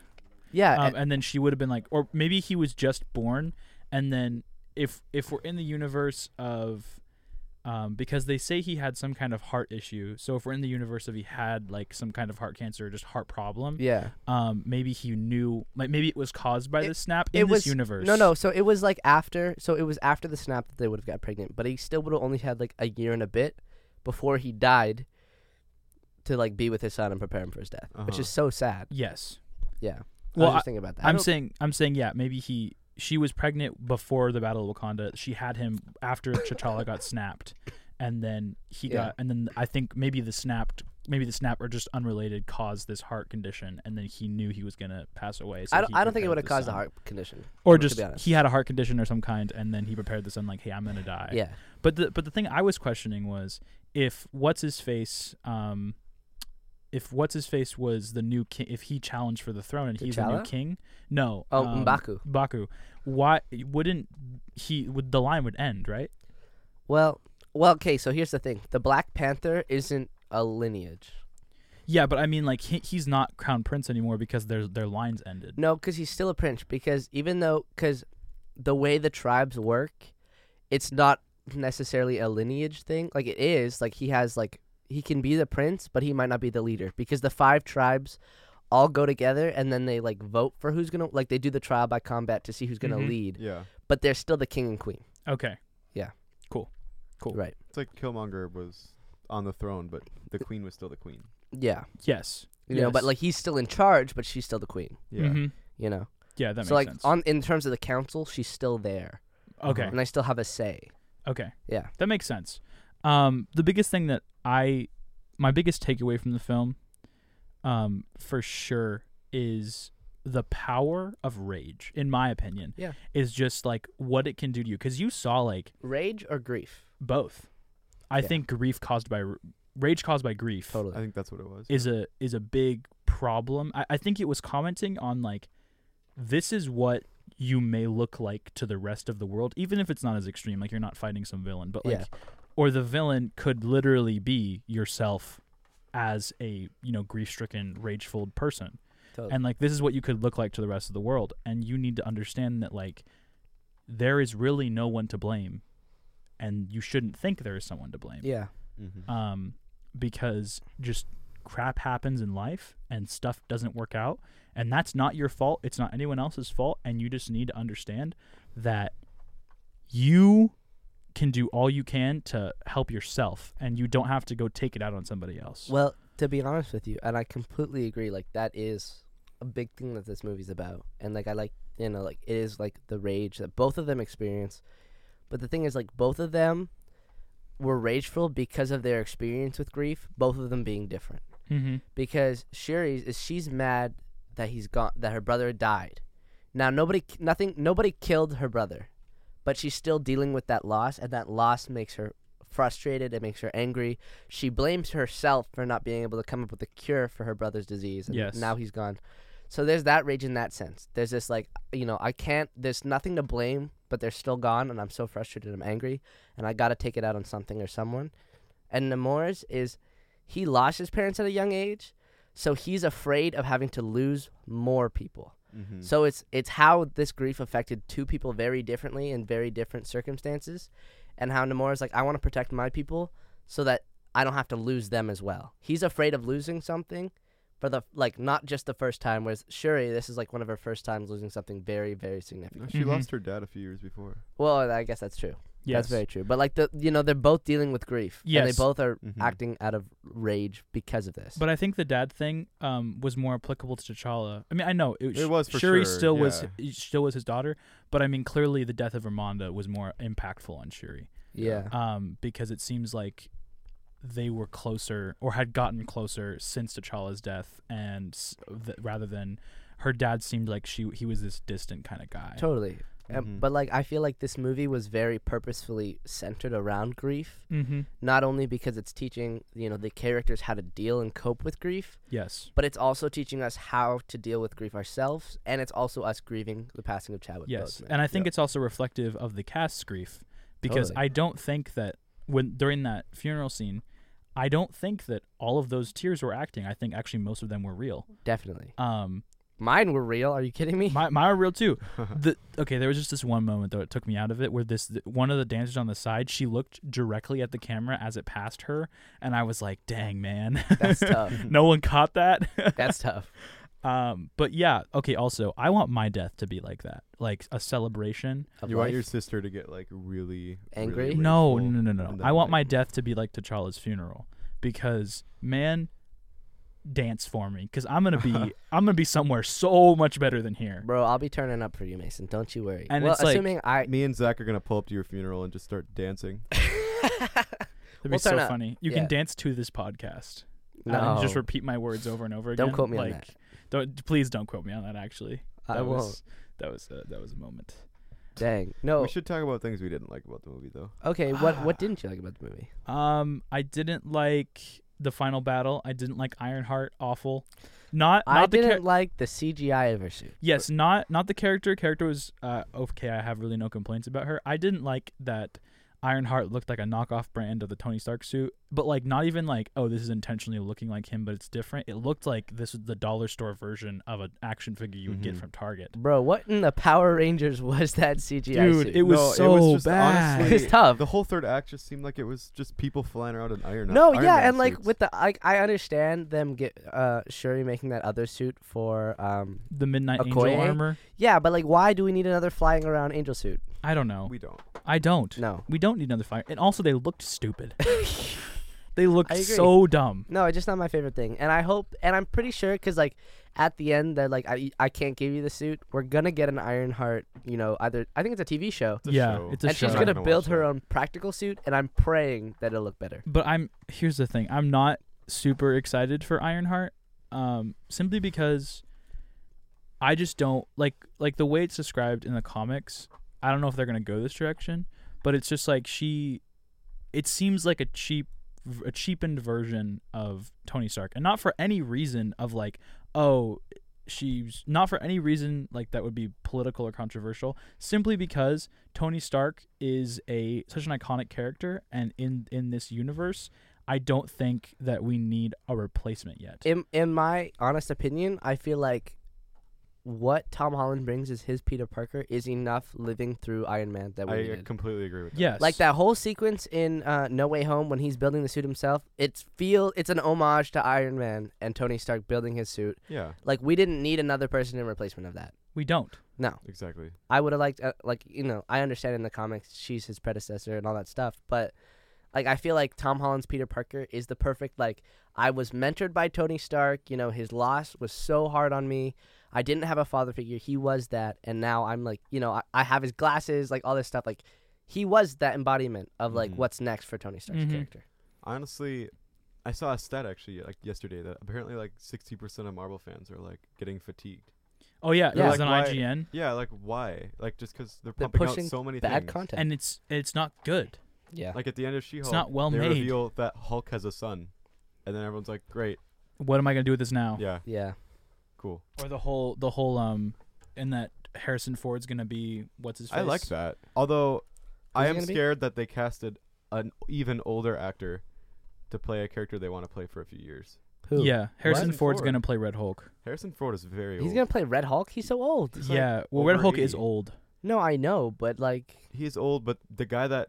B: Yeah.
A: Um,
B: and-
A: and then she would have been like or maybe he was just born and then if if we're in the universe of um, because they say he had some kind of heart issue. So if we're in the universe of he had like some kind of heart cancer or just heart problem,
B: yeah.
A: um, maybe he knew like maybe it was caused by
B: It-
A: the snap
B: it
A: in
B: was
A: this universe.
B: No, no. So it was like after. So it was after the snap that they would have got pregnant, but he still would have only had like a year and a bit before he died to like be with his son and prepare him for his death, which
C: Uh-huh.
B: is so sad.
A: Yes.
B: Yeah.
A: Well,
B: I was
A: I-
B: just thinking about that.
A: I'm saying I'm saying yeah, maybe he she was pregnant before the Battle of Wakanda. She had him after T'Challa got snapped. and then he
B: Yeah.
A: got and then I think maybe the snapped maybe the snap or just unrelated caused this heart condition and then he knew he was gonna pass away. So
B: I don't.
A: he
B: I don't think it would
A: prepared
B: have caused a
A: son.
B: heart condition.
A: Or
B: to
A: just
B: be honest.
A: he had a heart condition or some kind and then he prepared the son like, hey, I'm gonna die.
B: Yeah.
A: But the but the thing I was questioning was if what's his face um if what's his face was the new king if he challenged for the throne and he's the new
B: T'Challa?
A: king no
B: Oh,
A: um,
B: M'Baku.
A: Baku why wouldn't he would the line would end right
B: Well, well, okay. So here's the thing: the Black Panther isn't a lineage.
A: yeah but I mean like he, he's not crown prince anymore because their their lines ended
B: No, because he's still a prince. Because even though, because the way the tribes work, it's not necessarily a lineage thing. Like it is. Like he has like he can be the prince, but he might not be the leader because the five tribes all go together and then they like vote for who's gonna like they do the trial by combat to see who's gonna
A: Mhm.
B: lead.
C: Yeah,
B: But they're still the king and queen.
A: okay Cool.
B: Right.
C: it's like Killmonger was on the throne, but the queen was still the queen.
B: Yeah.
A: yes
B: You know, but
A: Yes.
B: like he's still in charge, but she's still the queen.
C: Yeah,
A: Mhm.
B: You know.
A: yeah that makes
B: so like
A: sense
B: on in terms of the council, she's still there,
A: okay
B: and I still have a say.
A: Okay.
B: Yeah.
A: That makes sense. Um, the biggest thing that I, my biggest takeaway from the film, um, for sure is the power of rage. In my opinion,
B: Yeah.
A: is just like what it can do to you. Because you saw like
B: Rage or grief?
A: both. I
B: Yeah.
A: think grief caused by r- rage caused by grief
C: I
B: Totally.
C: think that's what it was.
A: is a is a big problem. I, I think it was commenting on like this is what you may look like to the rest of the world, even if it's not as extreme, like you're not fighting some villain, but like
B: Yeah.
A: or the villain could literally be yourself as a, you know, grief stricken, rageful person.
B: Totally.
A: And like this is what you could look like to the rest of the world. And you need to understand that like there is really no one to blame. And you shouldn't think there is someone to blame
B: yeah.
C: Mm-hmm.
A: um, because just crap happens in life and stuff doesn't work out. And that's not your fault. It's not anyone else's fault. And you just need to understand that you can do all you can to help yourself and you don't have to go take it out on somebody else.
B: Well, to be honest with you, and I completely agree. Like that is a big thing that this movie's about, and like I like you know like it is like the rage that both of them experience. But the thing is, like both of them were rageful because of their experience with grief. Both of them being different.
A: mm-hmm.
B: because Shuri's is she's mad that he's gone that her brother died. Now nobody nothing nobody killed her brother, but she's still dealing with that loss and that loss makes her frustrated, it makes her angry. She blames herself for not being able to come up with a cure for her brother's disease and
A: Yes.
B: now he's gone. So there's that rage in that sense. There's this like, you know, I can't there's nothing to blame, but they're still gone and I'm so frustrated, I'm angry and I got to take it out on something or someone. And Namor's is he lost his parents at a young age, so he's afraid of having to lose more people.
C: Mm-hmm.
A: Mm.
B: So it's it's how this grief affected two people very differently in very different circumstances, and how Namor's like I want to protect my people so that I don't have to lose them as well. He's afraid of losing something. For the like, not just the first time. Whereas Shuri, this is like one of her first times losing something very, very significant.
C: she
A: Mhm.
C: lost her dad a few years before.
B: Well, I guess that's true.
A: Yes.
B: That's very true. But like the, you know, they're both dealing with grief. and
A: Yes. Mm-hmm.
B: they both are
C: Mhm.
B: acting out of rage because of this.
A: But I think the dad thing um, was more applicable to T'Challa. I mean, I know
C: It was for
A: Shuri
C: sure,
A: still was
C: yeah.
A: still was his daughter, but I mean, clearly the death of Ramonda was more impactful on Shuri.
B: yeah,
A: um, because it seems like they were closer or had gotten closer since T'Challa's death, and s- th- rather than her dad seemed like she he was this distant kind of guy.
B: totally. Um,
A: Mm-hmm.
C: Mhm.
B: but like, I feel like this movie was very purposefully centered around grief,
A: Mm-hmm.
B: not only because it's teaching you know the characters how to deal and cope with grief,
A: Yes.
B: but it's also teaching us how to deal with grief ourselves, and it's also us grieving the passing of Chadwick
A: Yes.
B: Boseman.
A: And I think
C: Yeah.
A: it's also reflective of the cast's grief because
B: Totally.
A: I don't think that when during that funeral scene, I don't think that all of those tears were acting. I think actually most of them were real.
B: Definitely,
A: Um,
B: mine were real. Are you kidding me?
A: my my are real too. The okay, there was just this one moment though it took me out of it where this th- one of the dancers on the side she looked directly at the camera as it passed her, and I was like, "Dang man,
B: That's tough.
A: no one caught that."
B: That's tough.
A: um, but yeah, okay. Also, I want my death to be like that, like a celebration.
B: Of
C: you want your
B: life.
C: sister to get like really
B: Angry?
C: Really
A: No,
C: rageful
A: no, no, no,
C: and
A: no.
C: then,
A: I want
C: like-
A: my death to be like T'Challa's funeral because man, dance for me because I'm gonna be I'm gonna be somewhere so much better than here.
B: Bro, I'll be turning up for you, Mason. Don't you worry.
A: And
B: well,
A: it's like-
B: assuming I
C: Me and Zach are gonna pull up to your funeral and just start dancing.
A: That'd be
B: We'll
A: so
B: turn up.
A: funny. You
B: Yeah.
A: can dance to this podcast.
B: No,
A: and just repeat my words over and over again.
B: Oh. Don't quote me on
A: like, Don't please don't quote me on that. Actually, that
B: I
A: was
B: won't.
A: that was uh, that was a moment.
B: Dang. No.
C: We should talk about things we didn't like about the movie, though.
B: Okay. What What didn't you like about the movie?
A: Um, I didn't like the final battle. I didn't like Ironheart. Awful. Not not
B: I
A: the char-
B: didn't like the CGI of her suit.
A: yes, not not the character. Character was uh, okay. I have really no complaints about her. I didn't like that Ironheart looked like a knockoff brand of the Tony Stark suit, but like not even like oh this is intentionally looking like him, but it's different. It looked like this was the dollar store version of an action figure you would get
B: Mm-hmm.
C: Mhm.
A: from Target.
B: Bro, what in the Power Rangers was that CGI
A: Dude,
B: suit?
A: it was
C: No,
A: so
C: just
A: bad.
C: honestly-
B: It's tough.
C: The whole third act just seemed like it was just people flying around in iron.
B: no,
C: Iron
B: yeah,
C: Man
B: and like
C: suits.
B: with the I, I understand them get uh Shuri making that other suit for um
A: the Midnight
B: Okoye?
A: Angel armor.
B: yeah, but like why do we need another flying around angel suit?
A: I don't know.
C: we don't.
A: I don't.
B: No.
A: We don't need another fire. And also, they looked stupid. they looked
B: I agree.
A: so dumb.
B: No, it's just not my favorite thing. And I hope and I'm pretty sure cuz like at the end they're like I, I can't give you the suit. We're going to get an Ironheart, you know, either I think it's a TV show.
C: It's a
A: yeah,
C: show.
A: it's a
B: and
A: show.
B: she's
C: I'm
B: going to
C: not gonna
B: build
C: watch
B: her
C: that.
B: own practical suit and I'm praying that it'll look better.
A: but I'm here's the thing. I'm not super excited for Ironheart, um, simply because I just don't like like the way it's described in the comics. I don't know if they're gonna go this direction, but it's just like she. It seems like a cheap, a cheapened version of Tony Stark, and not for any reason of like, oh, she's not for any reason like that would be political or controversial. Simply because Tony Stark is a such an iconic character, and in in this universe, I don't think that we need a replacement yet.
B: in in my honest opinion, I feel like what Tom Holland brings as his Peter Parker is enough living through Iron Man that we
C: I uh,
B: needed.
C: completely agree with that.
A: yes,
B: like that whole sequence in uh, No Way Home when he's building the suit himself, it's feel it's an homage to Iron Man and Tony Stark building his suit.
C: Yeah,
B: Like we didn't need another person in replacement of that.
A: we don't.
B: No,
C: exactly.
B: I would have liked uh, like you know I understand in the comics she's his predecessor and all that stuff, but like I feel like Tom Holland's Peter Parker is the perfect like I was mentored by Tony Stark. You know his loss was so hard on me. I didn't have a father figure. He was that, and now I'm like you know I, I have his glasses, like all this stuff. Like he was that embodiment of like
C: Mhm.
B: what's next for Tony Stark's
A: Mhm.
B: character.
C: Honestly, I saw a stat actually like yesterday that apparently like 60% of Marvel fans are like getting fatigued.
A: Oh yeah,
B: Yeah.
A: it was
C: Like,
A: on
C: why-
A: IGN,
C: Yeah, like why? Like just because they're
B: They're
C: pumping out
B: pushing
C: so many
B: Bad
C: things.
B: content.
A: and it's it's not good.
B: yeah.
C: Like at the end of She-Hulk,
A: not well
C: they
A: made.
C: reveal that Hulk has a son, and then everyone's like, "Great,
A: What am I gonna do with this now?
C: yeah,
B: yeah.
C: cool."
A: Or the whole the whole um, and that Harrison Ford's gonna be what's his face?
C: I like that. Although, I
B: Who's it
C: am
B: gonna be?
C: scared that they casted an even older actor to play a character they want to play for a few years.
B: Who?
A: Yeah, Harrison
C: Harrison
A: Ford's
C: Ford.
A: gonna play Red Hulk.
C: Harrison Ford is very
B: He's
C: old.
B: gonna play Red Hulk. He's so old.
C: He's, like,
A: yeah, well, Red
C: over
A: Hulk is
C: 80.
A: old.
B: No, I know, but like
C: He's old, but the guy that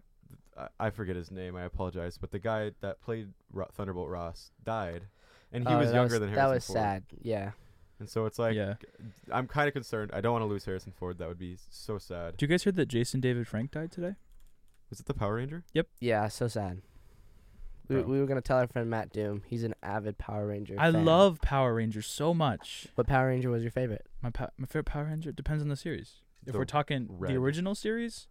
C: I- I forget his name. I apologize, but the guy that played Ro- Thunderbolt Ross died, and he
B: oh,
C: was
B: that
C: younger than Harrison
B: That was
C: Ford.
B: sad. Yeah.
C: And so it's like
A: yeah.
C: uh, I'm kind of concerned. I don't want to lose Harrison Ford. That would be so sad.
A: Do you guys hear that Jason David Frank died today?
C: Was it the Power Ranger?
B: Yeah, so sad. We,
C: Bro.
B: we were gonna tell our friend Matt Doom. He's an avid Power Ranger.
A: I
B: fan.
A: love Power Rangers so much.
B: What Power Ranger was your favorite?
A: My pa- my favorite Power Ranger depends on the series. If
C: The
A: we're talking
C: red.
A: the original series,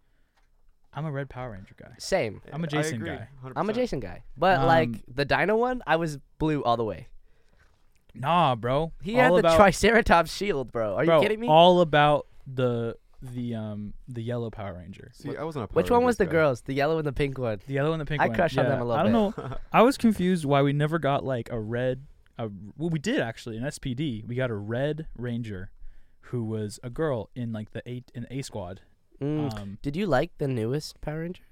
A: I'm a red Power Ranger guy.
B: Same.
A: I'm a
C: I
A: Jason
C: agree,
A: guy.
C: 100%.
B: I'm a Jason guy, but
A: Um,
B: like the Dino one, I was blue all the way.
A: Nah, bro.
B: He
A: all
B: had the
A: about,
B: Triceratops shield, bro. Are
A: bro,
B: you kidding me?
A: All about the the um the yellow Power Ranger.
C: See, I wasn't a Power
B: Which one was the
C: Rangers guy.
B: girls? The yellow and the pink one.
A: The yellow and the pink
B: I
A: one.
B: crushed on
A: yeah,
B: them a little
A: I don't know. I was confused why we never got like a red. A, well, we did actually in SPD. We got a red Ranger, who was a girl in like the eight in A squad.
B: Mm.
A: Um,
B: Did you like the newest Power Ranger?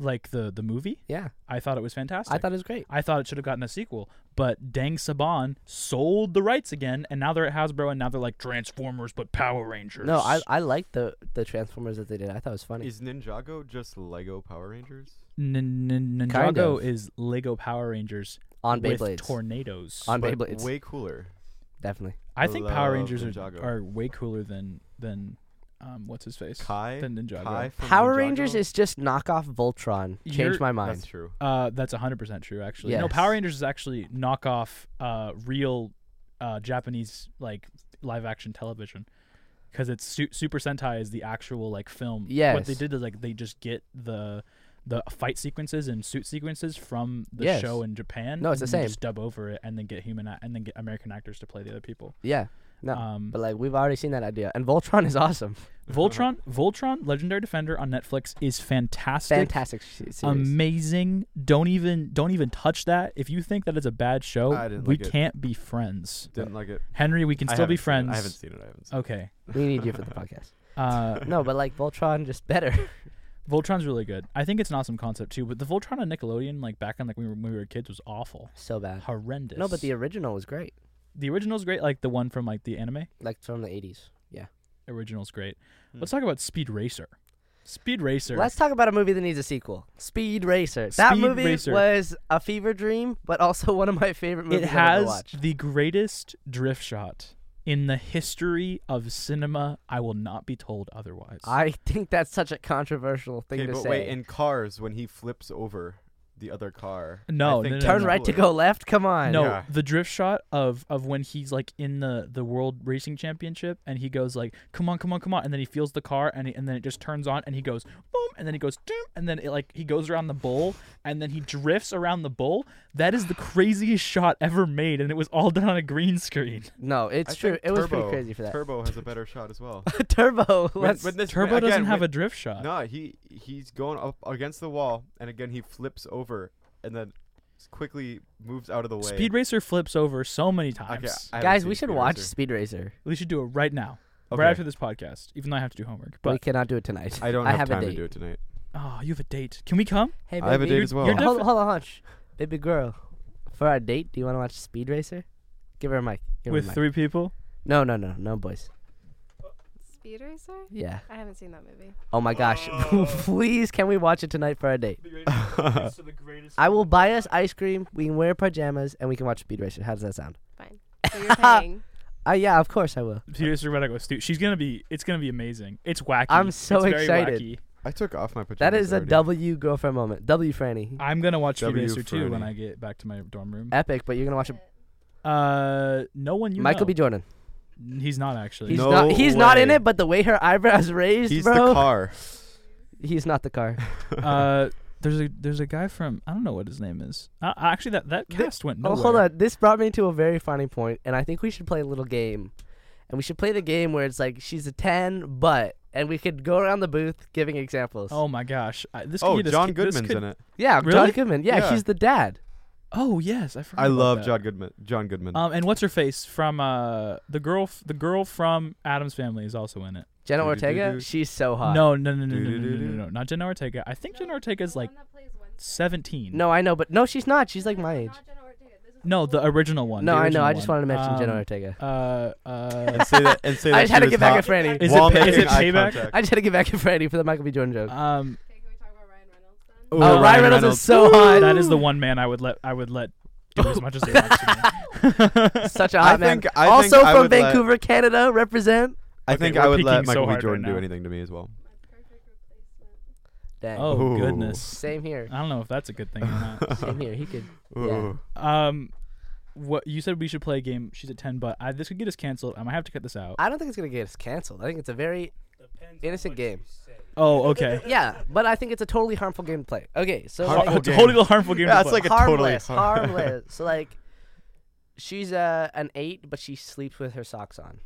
A: like the the movie.
B: Yeah,
A: I thought it was fantastic.
B: I thought it was great.
A: I thought it should have gotten a sequel, but Dang Saban sold the rights again, and now they're at Hasbro, and now they're like Transformers but Power Rangers.
B: No, I I liked the the Transformers that they did. I thought it was funny.
C: Is Ninjago just Lego Power Rangers?
A: N- n- Ninjago
B: Kind of.
A: is Lego Power Rangers
B: on
A: with
B: Beyblades,
A: tornadoes.
B: On
C: But
B: Beyblades.
C: Way cooler.
B: definitely.
A: I think Power
C: love
A: Rangers are,
C: Ninjago.
A: are way cooler than than um what's his face
C: Kai.
A: than Ninjago.
C: Kai from
B: Power
C: Ninjago?
B: Rangers is just knockoff Voltron. Changed
A: You're-
B: my
C: That's
B: mind.
C: true.
A: Uh, that's hundred percent true. Actually, no, Power
B: Yes.
A: Rangers is actually knockoff uh real uh Japanese like live action television. Because it's su- Super Sentai is the actual like film. What they
B: Yes.
A: did is like they just get the the fight sequences and suit sequences from the
B: Yes.
A: show in Japan.
B: No, it's
A: and
B: the
A: then
B: same.
A: Just dub over it and then get human a- and then get American actors to play the other people.
B: Yeah, No,
A: um,
B: but like we've already seen that idea, and Voltron is awesome.
C: Uh-huh.
A: Voltron, Voltron, Legendary Defender on Netflix is fantastic.
B: Fantastic sh- series.
A: Amazing. Don't even don't even touch that. If you think that it's a bad show,
C: I didn't
A: we
C: like it.
A: can't be friends.
C: Didn't like it.
A: Henry, we can
C: I
A: still be
C: haven't seen it.
A: friends.
C: I haven't seen it. I haven't seen
A: Okay.
B: we need you for the podcast.
A: Uh,
B: No, but like Voltron, just better.
A: Voltron's really good. I think it's an awesome concept too. But the Voltron on Nickelodeon, like back on like when we were, when we were kids, was awful,
B: so
C: Uh,
B: bad.
A: horrendous.
B: No, but the original was great.
A: the original's great. Like the one from like the anime
B: Like from the eighties. Yeah.
A: original's great.
C: Hmm.
A: Let's talk about Speed Racer. Speed Racer.
B: Let's talk about a movie that needs a sequel. Speed Racer. That
A: Speed
B: movie
A: Racer.
B: was a fever dream, but also one of my favorite movies
A: it
B: I've ever
A: has
B: watched.
A: the greatest drift shot in the history of cinema. I will not be told otherwise.
B: I think that's such a controversial
C: it.
B: thing to
C: but
B: say.
C: wait, in cars when he flips over the other car.
A: No,
C: I think
A: no, no,
B: Turn
C: that's
B: right to
C: cooler.
B: go left. Come on.
A: no,
C: Yeah.
A: the drift shot of of when he's like in the the World Racing Championship and he goes like, "Come on, come on, come on!" and then he feels the car and he, and then it just turns on and he goes boom and then he goes doom and then it like he goes around the bowl and then he drifts around the bowl. That is the craziest shot ever made, and it was all done on a green screen.
B: No, it's
C: I
B: true.
C: think
B: It was pretty
C: Turbo-
B: crazy for that.
C: Turbo has a better shot as well.
B: Turbo.
C: When-
B: Let's,
C: when this-
A: Turbo
C: again,
A: doesn't have a
C: when-
A: drift shot.
C: No, he he's going up against the wall, and again he flips over, and then s- quickly moves out of the way.
A: Speed Racer flips over so many times.
C: Okay, I haven't
B: guys,
C: seen
B: we should
C: Speed
B: watch
C: Racer.
B: Speed Racer.
A: We should do it right now, right
C: Okay.
A: after this podcast. Even though I have to do homework,
B: we
A: but
B: cannot do it tonight.
C: I don't
B: I
C: have,
B: have a
C: time to
B: date.
C: do it tonight.
A: oh, you have a date. Can we come?
B: Hey,
C: I have a
B: baby.
C: date as well.
A: you're
B: Hey, Hold,
A: different.
B: hold on, hunch. Baby girl, for our date, do you want to watch Speed Racer? Give her a mic. Give her
A: With
B: a mic.
A: three people,
B: No, no, no, no, boys.
E: Speed Racer?
B: Yeah.
E: I haven't seen that movie.
B: Oh my gosh. Please, can we watch it tonight for our date?
A: the greatest.
B: I will buy us ice cream. We can wear pajamas, and we can watch Speed Racer. How does that sound?
E: Fine. So you're paying.
B: Uh, yeah, of course I will.
A: Peter Sorbetic was stu- She's gonna be. It's gonna be amazing. It's wacky.
B: I'm so
A: It's very
B: excited.
A: wacky.
C: I took off my pajamas.
B: That is a
C: already.
B: W girlfriend moment. W Franny.
A: I'm gonna watch Speed
C: W
A: Racer
C: for
A: too when
C: any.
A: I get back to my dorm room.
B: Epic, but you're gonna watch it.
A: Uh, no one you
B: Michael
A: know.
B: B. Jordan.
A: He's not actually.
B: He's
C: No
B: not. He's not in
C: way.
B: it, but the way her eyebrows raised,
C: He's
B: bro.
C: the car.
B: He's not the car.
A: uh, there's a there's a guy from I don't know what his name is. Uh, actually, that that cast went
B: Oh,
A: nowhere.
B: hold on. This brought me to a very funny point, and I think we should play a little game. And we should play the game where it's like she's a ten, but and we could go around the booth giving examples.
A: Oh my gosh. I, this
C: Oh,
A: could get us-
C: John
A: this
C: Goodman's
A: could-
C: in it.
B: yeah, John
A: really?
B: Goodman. Yeah,
C: Yeah.
B: he's the dad.
A: Oh yes, I forgot.
C: I
A: about
C: love
A: that.
C: John Goodman. John Goodman.
A: Um, and what's her face from uh the girl f- the girl from Adam's Family is also in it.
B: Jenna
C: Do, do, do,
B: Ortega.
C: do.
B: She's so hot.
A: No, no, no, no, no, no, no,
C: Do-do-do-do.
A: no, no, not Jenna Ortega. I think Jenna Ortega's like 17.
B: no, I know, but no, she's not. She's like my age.
A: No, the original one.
B: No,
A: the
B: I know.
A: original
B: I just
A: one.
B: wanted to mention Jenna
A: Um,
B: Ortega.
A: Uh, uh,
C: and say that. And say that
B: I just had
C: she
B: to
C: was
B: get back at
C: hot
B: Franny.
A: Is it
C: while
A: pay- is
C: making
A: it
C: eye
A: payback?
C: contact.
B: I just had to get back at Franny for the Michael B. Jordan joke.
A: um,
C: Ooh,
B: oh, Ryan Reynolds, is so hot.
A: that is the one man I would let. I would let do as much as they want to me.
B: Such a
C: I
B: hot man.
C: think- I think
B: also
C: I
B: from
C: would uh, let-
B: Vancouver, Canada. Represent.
C: I
A: Okay,
C: think
A: we're
C: I would
A: peeking
C: let
A: so
C: Michael B.
A: hard
C: Jordan
A: right
C: do
A: now.
C: anything to me as well.
B: Dang.
A: oh
C: Ooh.
A: goodness.
B: Same here.
A: I don't know if that's a good thing or not.
B: Same here. He could. Yeah.
C: Ooh.
A: Um, what you said we should play a game. She's at ten, but I, this could get us canceled. I might have to cut this out.
B: I don't think it's gonna get us canceled. I think it's a very innocent game.
A: Oh, okay.
B: Yeah, but I think it's a totally harmful game to play. Okay, so
C: Harmful
B: like,
A: Har- totally harmful game.
C: Yeah,
A: to
C: it's
A: play.
C: like a totally
B: harmless,
C: har-
B: harmless. so like, she's uh, an eight, but she sleeps with her socks on.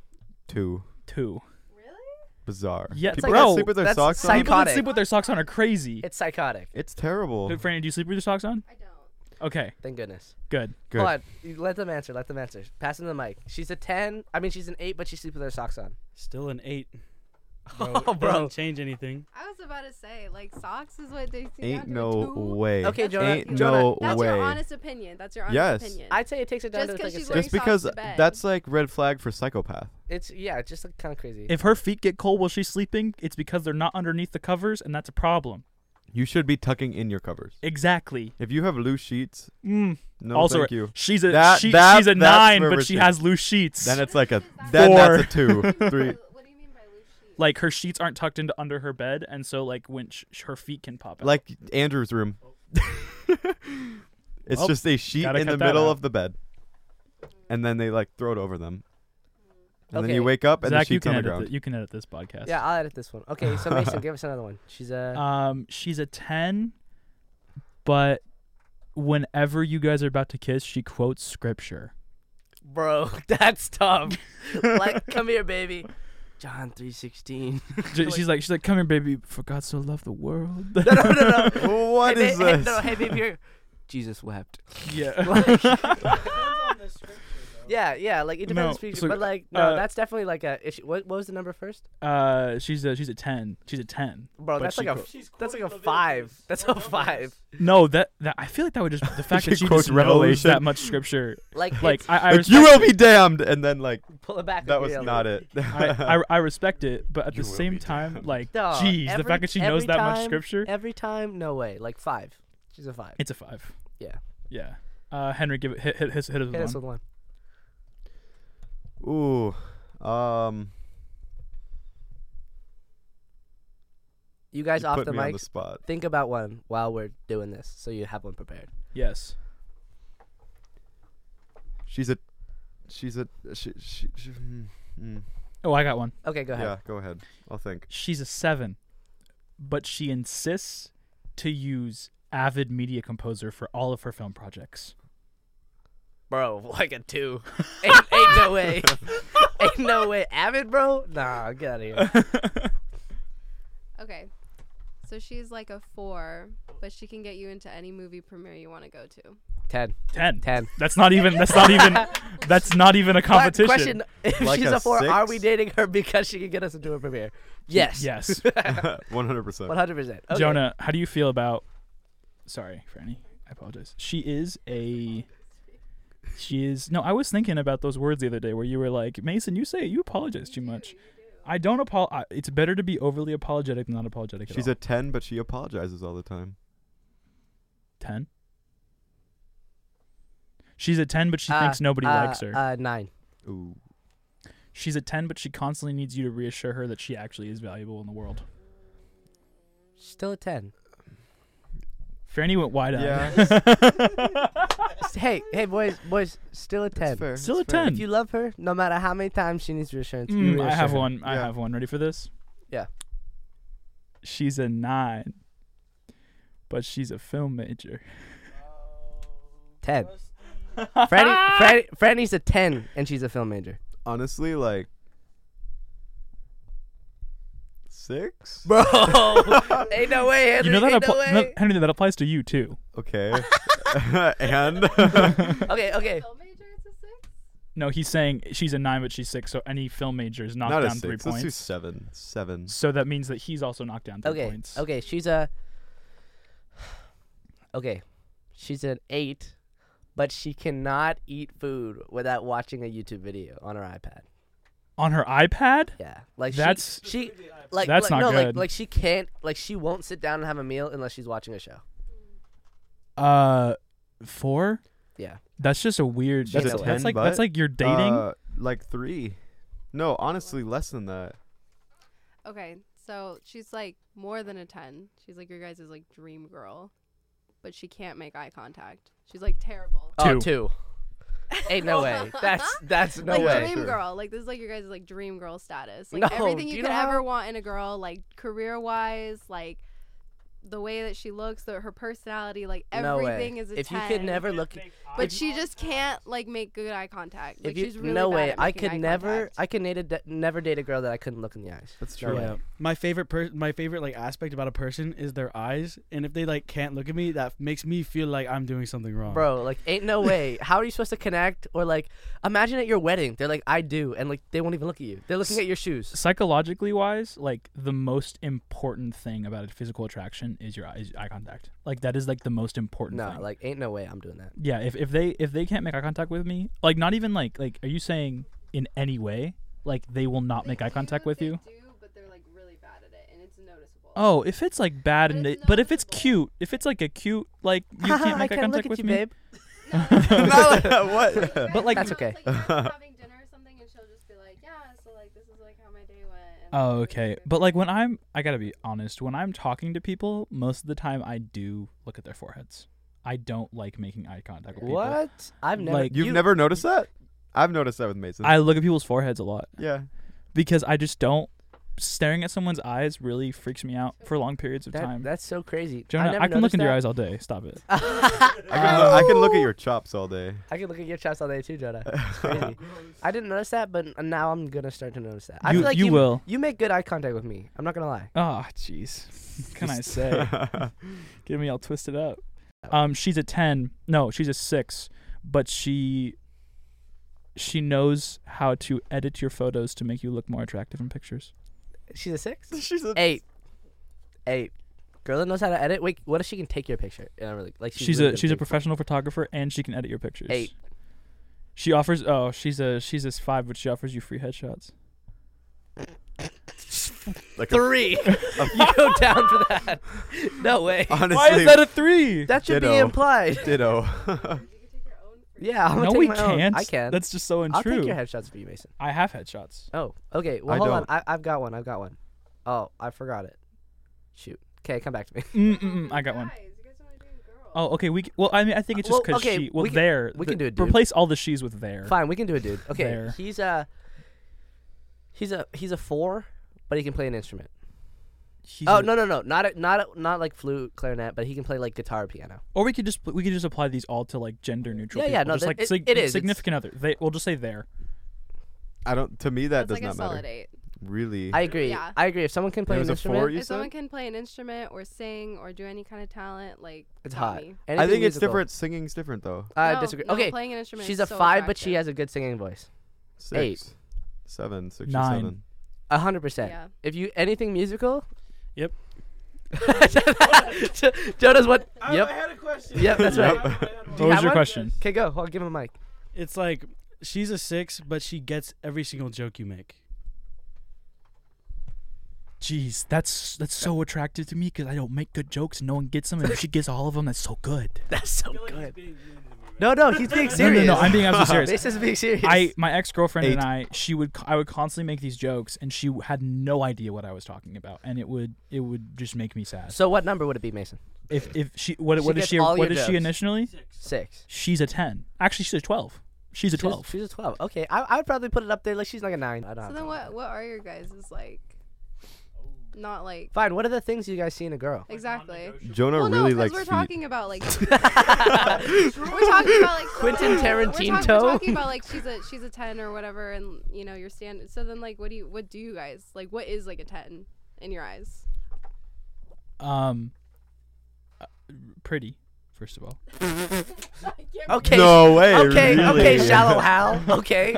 C: Too
A: two.
C: bizarre.
A: Yeah, it's
C: people
A: like-
C: that
A: Bro,
C: sleep with their
B: that's
C: socks
B: psych-
C: on.
A: People that
B: Psychotic.
A: sleep with their socks on are crazy.
B: It's psychotic.
C: It's terrible.
A: Good, Franny, do you sleep with your socks on?
E: I don't.
A: Okay,
B: Thank goodness.
A: good.
C: Good.
B: Hold on. you- Let them answer. Let them answer. Pass them the mic. She's a ten. I mean, she's an eight, but she sleeps with her socks on.
F: Still an eight. Bro,
B: Oh,
F: it
B: bro.
F: doesn't change anything.
E: I was about to say, like, socks is what they see.
C: Ain't
E: down to a
C: no
E: two?
C: way.
B: Okay,
E: That's
B: Jonah.
E: what
C: Ain't
E: you-
B: Jonah,
C: no
E: That's
C: way.
E: your honest opinion. That's your honest
C: Yes.
E: opinion.
B: I'd say it takes it down
E: Just
B: to like
E: 'cause
B: a
E: she's
B: six.
E: wearing
C: Just
E: socks
C: because
E: to bed.
C: that's like red flag for psychopath.
B: It's yeah, it's just like kind of crazy.
A: If her feet get cold while she's sleeping, it's because they're not underneath the covers, and that's a problem.
C: You should be tucking in your covers.
A: Exactly.
C: If you have loose sheets,
A: Mm.
C: no,
A: also,
C: thank you.
A: she's a
C: That-
A: she,
C: that-
A: she's a
C: that's
A: nine,
C: where
A: but
C: we're
A: she
C: seeing-
A: has loose sheets.
C: Then
E: it-
C: it's like a
E: What is
C: then
A: that?
C: that's a two,
E: What do you mean by-
C: three.
E: What do you mean by loose sheets?
A: like her sheets aren't tucked into under her bed, and so like when sh- her feet can pop out.
C: Like Andrew's room. it's
A: Well,
C: just a sheet
A: Oh, gotta
C: in the
A: cut that
C: middle
A: out.
C: of the bed, and then they like throw it over them, and then
B: Okay.
C: you wake up and
A: Zach,
C: the
A: you
C: sheet's
A: can
C: on the
A: edit
C: ground.
A: th- you can edit this podcast.
B: uh, yeah, I'll edit this one. Okay, so Mason, give us another one. She's a
A: Um, she's a ten, but whenever you guys are about to kiss, she quotes scripture.
B: bro. That's tough. like, come here, baby. John three sixteen.
A: J- she's like, she's like, come here, baby. For God so loved the world.
B: No, no, no, no.
C: What
B: hey,
C: is
B: ba- hey,
C: this?
B: no, hey, baby, here. Jesus wept.
A: yeah.
B: Like- yeah, yeah. Like it depends
A: No,
B: on the speech,
A: so,
B: but like no,
A: uh,
B: that's definitely like a issue. What, what was the number first,
A: uh, she's a she's a ten. She's a ten.
B: bro?
A: But
B: that's
A: she
B: like a
A: quote-
B: that's like a five. That's a five.
A: No, that that I feel like that would just the fact
C: She
A: that she
C: quotes
A: just knows
C: Revelation.
A: that much scripture.
B: Like
A: Like
B: it's-
A: I, I
C: Like,
A: respect
C: you will
A: it.
C: be damned, and then like
B: pull it back.
C: that
B: a
C: was
B: little.
C: not it.
A: I, I, I respect it, but at
C: You
A: the
C: will
A: same
C: be
A: time,
C: damned.
A: like,
B: Duh,
A: jeez, the
B: every-
A: fact that she knows
B: every
A: that much
B: time-
A: scripture,
B: Every time, no way. Like five. She's a five.
A: it's a five.
B: Yeah.
A: yeah. Uh, Henry, give it hit hit hit, hit us with
B: Hit us
A: one.
B: with one.
C: Ooh, um,
B: You guys
C: you
B: off
C: put
B: the
C: me on
B: mic.
C: the spot.
B: Think about one while we're doing this, so you have one prepared.
A: Yes.
C: She's a, she's a, she, she, she mm, mm.
A: Oh, I got one.
B: Okay, go ahead.
C: yeah. Go ahead. I'll think.
A: She's a seven, but she insists to use Avid Media Composer for all of her film projects.
B: Bro, like a two. ain't, ain't no way. ain't no way. Avid, bro? Nah, get out of here.
E: Okay. So she's like a four, but she can get you into any movie premiere you want to go to.
B: Ten.
A: Ten.
B: Ten.
A: That's not even. That's not even. That's not even a
B: But
A: competition.
B: Question: If
C: Like
B: she's
C: a
B: a four, are
C: six?
B: we dating her because she can get us into a premiere? Yes.
A: Yes.
C: One hundred percent.
B: One hundred percent.
A: Jonah, how do you feel about? Sorry, Franny. I apologize. She is a. She is. No, I was thinking about those words the other day where you were like, Mason, you say you apologize too much. I don't apologize. It's better to be overly apologetic than not apologetic at
C: She's
A: all.
C: a ten, but she apologizes all the time.
A: ten. She's a ten, but she
B: Uh,
A: thinks nobody
B: uh,
A: likes her.
B: Uh, nine.
C: Ooh,
A: She's a ten, but she constantly needs you to reassure her that she actually is valuable in the world.
B: Still a ten.
A: Franny went wide eyed.
B: hey, hey, boys, boys, still a ten.
C: that's fair.
A: Still
C: that's
A: a
C: fair.
A: ten.
B: If you love her, no matter how many times she needs reassurance, you
A: Mm, I
B: reassure
A: have
B: her.
A: one. I
C: Yeah.
A: have one. Ready for this?
B: Yeah.
A: She's a nine, but she's a film major.
B: Ten. Franny, Franny, Franny's a ten, and she's a film major.
C: Honestly, like six.
B: Bro, ain't no way, Henry.
A: You know that
B: ain't no
A: appli-
B: way.
A: no, Henry, that applies to you too.
C: Okay. and
B: Okay, okay.
E: Film major, it's a six?
A: No, he's saying she's a nine, but she's six. So any film major is knocked
C: not a
A: down
C: six.
A: three
C: Let's
A: points.
C: do seven. Seven.
A: So that means that he's also knocked down three
B: Okay.
A: points.
B: Okay, she's a Okay. She's an 8, but she cannot eat food without watching a YouTube video on her iPad.
A: On her iPad,
B: Yeah. Like she-
A: That's-
B: she, like
A: That's
B: like,
A: not
B: no, like
A: good.
B: like she can't like she won't sit down and have a meal unless she's watching a show.
A: uh, four.
B: Yeah.
A: That's just a weird.
B: She's
A: That's,
B: a
A: that's
C: 10,
A: like
C: but,
A: that's like you're dating.
C: Uh, like three. No, honestly, less than that.
E: Okay. So she's like more than a 10. She's like your guys' like dream girl, but she can't make eye contact. She's like terrible.
B: Oh,
A: Two.
B: two. Ain't no way. That's that's no
E: like
B: way.
E: dream
C: Sure.
E: girl. Like this is like your guys' like dream girl status. Like
B: No,
E: everything
B: do
E: you
B: you
E: could
B: know how-
E: ever want in a girl, like career wise, like the way that she looks, the, her personality, like
B: no way.
E: everything is a
B: if
E: 10.
B: you could never look
E: but she just can't like make good eye contact. Like
B: if you
E: she's really
B: no
E: bad
B: way
E: at
B: I
E: making
B: could
E: eye
B: never
E: contact.
B: I could nada- da- never date a girl that I couldn't look in the eyes.
C: That's
B: No
C: true.
B: way.
D: Oh, Yeah. My favorite per- my favorite like aspect about a person is their eyes, and if they like can't look at me, that makes me feel like I'm doing something wrong.
B: Bro, like, ain't no way. How are you supposed to connect? Or like, imagine at your wedding, they're like, "I do," and like, they won't even look at you. They're looking at your shoes.
A: psychologically wise, like the most important thing about a physical attraction is your eye, is eye contact. Like that is like the most important
B: No,
A: thing.
B: like, ain't no way I'm doing that.
A: yeah, if, if they if they can't make eye contact with me, like not even like like are you saying in any way like they will not make eye contact with you?
E: but they're like really bad at it, and it's noticeable.
A: Oh, if it's like bad
E: But
A: and
E: it's
A: it, but if it's
E: noticeable.
A: cute, if it's like a cute like you can't
B: I
A: make eye
B: can't look
A: contact
B: at
A: with
B: you,
A: me.
B: babe.
C: what?
A: But, like-
B: That's okay.
E: Like, you guys are having dinner or something, and she'll just be like, "Yeah, so like this is like how my day went." and,
A: Oh,
E: like,
A: okay.
E: everything."
A: But like when I'm I got to be honest, when I'm talking to people, most of the time I do look at their foreheads. I don't like making eye contact with people.
B: What? I've never.
A: Like-
C: You've
B: you-
C: never noticed that? I've noticed that with Mason.
A: I look at people's foreheads a lot.
C: yeah.
A: because I just don't staring at someone's eyes really freaks me out for long periods of
B: That-
A: time.
B: That's so crazy.
A: Jonah, I can look into your eyes all day. Stop it.
B: Oh.
C: I can, look, I can look at your chops all day.
B: I can look at your chest all day too, Jonah. It's crazy. I didn't notice that, but n- now I'm gonna start to notice that. I
A: you
B: feel like
A: you will.
B: You make good eye contact with me. I'm not gonna lie.
A: Oh, jeez. What Can I say? Get me all twisted up. Um, she's a ten. No, she's a six. But she she knows how to edit your photos to make you look more attractive in pictures.
B: She's a six.
C: She's a
B: Eight. Eight. Girl that knows how to edit. Wait, what if she can take your picture? Yeah, really. Like she's,
A: She's,
B: really
A: a
B: good
A: she's a
B: at taking-
A: professional photographer and she can edit your pictures.
B: Eight.
A: She offers oh, she's a she's a five, but she offers you free headshots.
C: like a-
B: Three. you go down for that. No way.
C: honestly.
A: Why is that a three?
B: That should be
C: Ditto.
B: implied.
C: ditto?
B: Yeah, I'm gonna
A: no,
B: take
A: we
B: my own.
A: can't.
B: I can.
A: That's just so
B: I'll take
A: untrue.
B: your headshots for you, Mason.
A: I have headshots.
B: Oh, okay. Well,
C: I
B: hold on.
C: don't.
B: I, I've got one. I've got one. Oh, I forgot it. Shoot. Okay, come back to me.
A: Mm, mm, mm, I got one. Oh, okay. We c- well, I mean, I think it's just
B: Well,
A: because
B: okay,
A: she. Well,
B: we can-
A: there.
B: we can do it, dude.
A: Replace all the she's with there.
B: Fine, we can do it, dude. Okay,
A: There.
B: he's a he's a he's a four, but he can play an instrument.
A: He's
B: Oh
A: a-
B: no no no, not a, not a, not like flute, clarinet, but he can play like guitar, piano.
A: Or we could just we could just apply these all to like gender neutral.
B: Yeah, yeah,
A: people.
B: no,
A: just
B: that-
A: like
B: it-
A: sig-
B: it is,
A: significant other. They we'll just say there.
C: I don't. To me, that
E: That's
C: does
E: like a
C: not
E: solid
C: matter.
E: eight.
C: Really.
B: I agree.
E: Yeah.
B: I agree. If someone can play
C: There
B: an
C: was a four.
B: instrument,
C: You
E: If someone
C: said.
E: can play an instrument or sing or do any kind of talent, like
B: it's
E: tell
B: hot.
E: me.
C: I
B: Anything
C: think it's
B: musical.
C: different. Singing's different though.
B: I
E: No,
B: disagree.
E: no,
B: okay,
E: playing an instrument.
B: she's
E: is
B: a
E: so
B: five, but she
E: attractive.
B: has a good singing voice.
C: Six,
B: Eight.
C: seven, six or
A: Nine.
C: seven.
B: A hundred percent.
E: Yeah.
B: If you anything musical.
F: Yep.
B: Jonah's what? Yep.
D: had a question.
B: Yep, that's right. Do you
A: What was
B: have
A: your
B: one?
A: question?
B: Okay, go. I'll give him a mic.
F: It's like she's a six, but she gets every single joke you make.
A: Jeez, that's that's so attractive to me because I don't make good jokes and no one gets them, and if she gets all of them, that's so good.
B: That's so good. No, no, he's being
A: No, no,
B: serious.
A: no, I'm being absolutely serious.
B: This is being serious.
A: I my ex girlfriend and
C: Eight.
A: I she would co- I would constantly make these jokes and she had no idea what I was talking about and it would it would just make me sad.
B: So what number would it be, Mason?
A: If if she what
B: She
A: what is
B: gets
A: she
B: all
A: what
B: your
A: is she
B: jokes.
A: initially?
B: Six.
A: She's a ten. Actually, she's a twelve. She's a twelve.
B: She's, she's a twelve. Okay, I, I would probably put it up there. Like she's like a nine. I don't. have
E: So then,
B: to-
E: what what are your guys' is like? Not like
B: Fine. What are the things you guys see in a girl?
E: exactly.
C: Jonah
E: Well, no,
C: really
E: 'cause
C: likes
E: we're
C: feet.
E: talking about like we're talking about like
B: Quentin
E: We're, talk-
B: Tarantino?
E: we're talking about like she's a she's a ten or whatever, and you know your standard. So then, like, what do you what do you guys like? What is like a ten in your eyes?
A: Um, uh, pretty. First of all, Uh,
B: Okay.
C: no way.
B: Okay.
C: really?
B: Okay. Shallow Hal. Okay.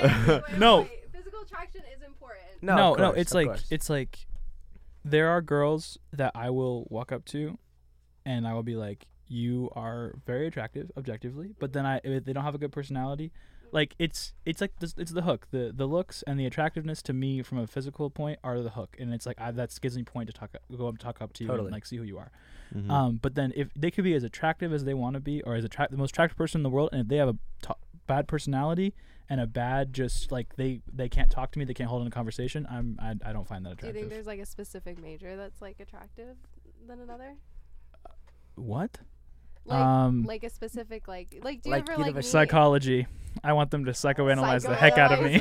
A: No.
E: Physical attraction is important.
B: No.
A: no,
B: of
A: no,
B: course,
A: it's
B: of
A: like
B: course.
A: it's like there are girls that I will walk up to, and I will be like, "You are very attractive, objectively," but then I if they don't have a good personality. Like it's it's like this, it's the hook. The the looks and the attractiveness to me from a physical point are the hook, and it's like I, that gives me point to talk go up talk up to you
B: Totally.
A: and like see who you are.
C: Mhm.
A: Um, but then if they could be as attractive as they want to be, or as attract the most attractive person in the world, and if they have a to- bad personality and a bad just like they they can't talk to me, they can't hold in a conversation, I'm I, I don't find that
E: Do you think
A: attractive.
E: there's like a specific major that's like attractive than another?
A: What?
E: Like
A: um,
E: like a specific like like do you
B: Like
E: ever like
B: university-
E: meet-
A: psychology. I want them to psychoanalyze the heck out of me.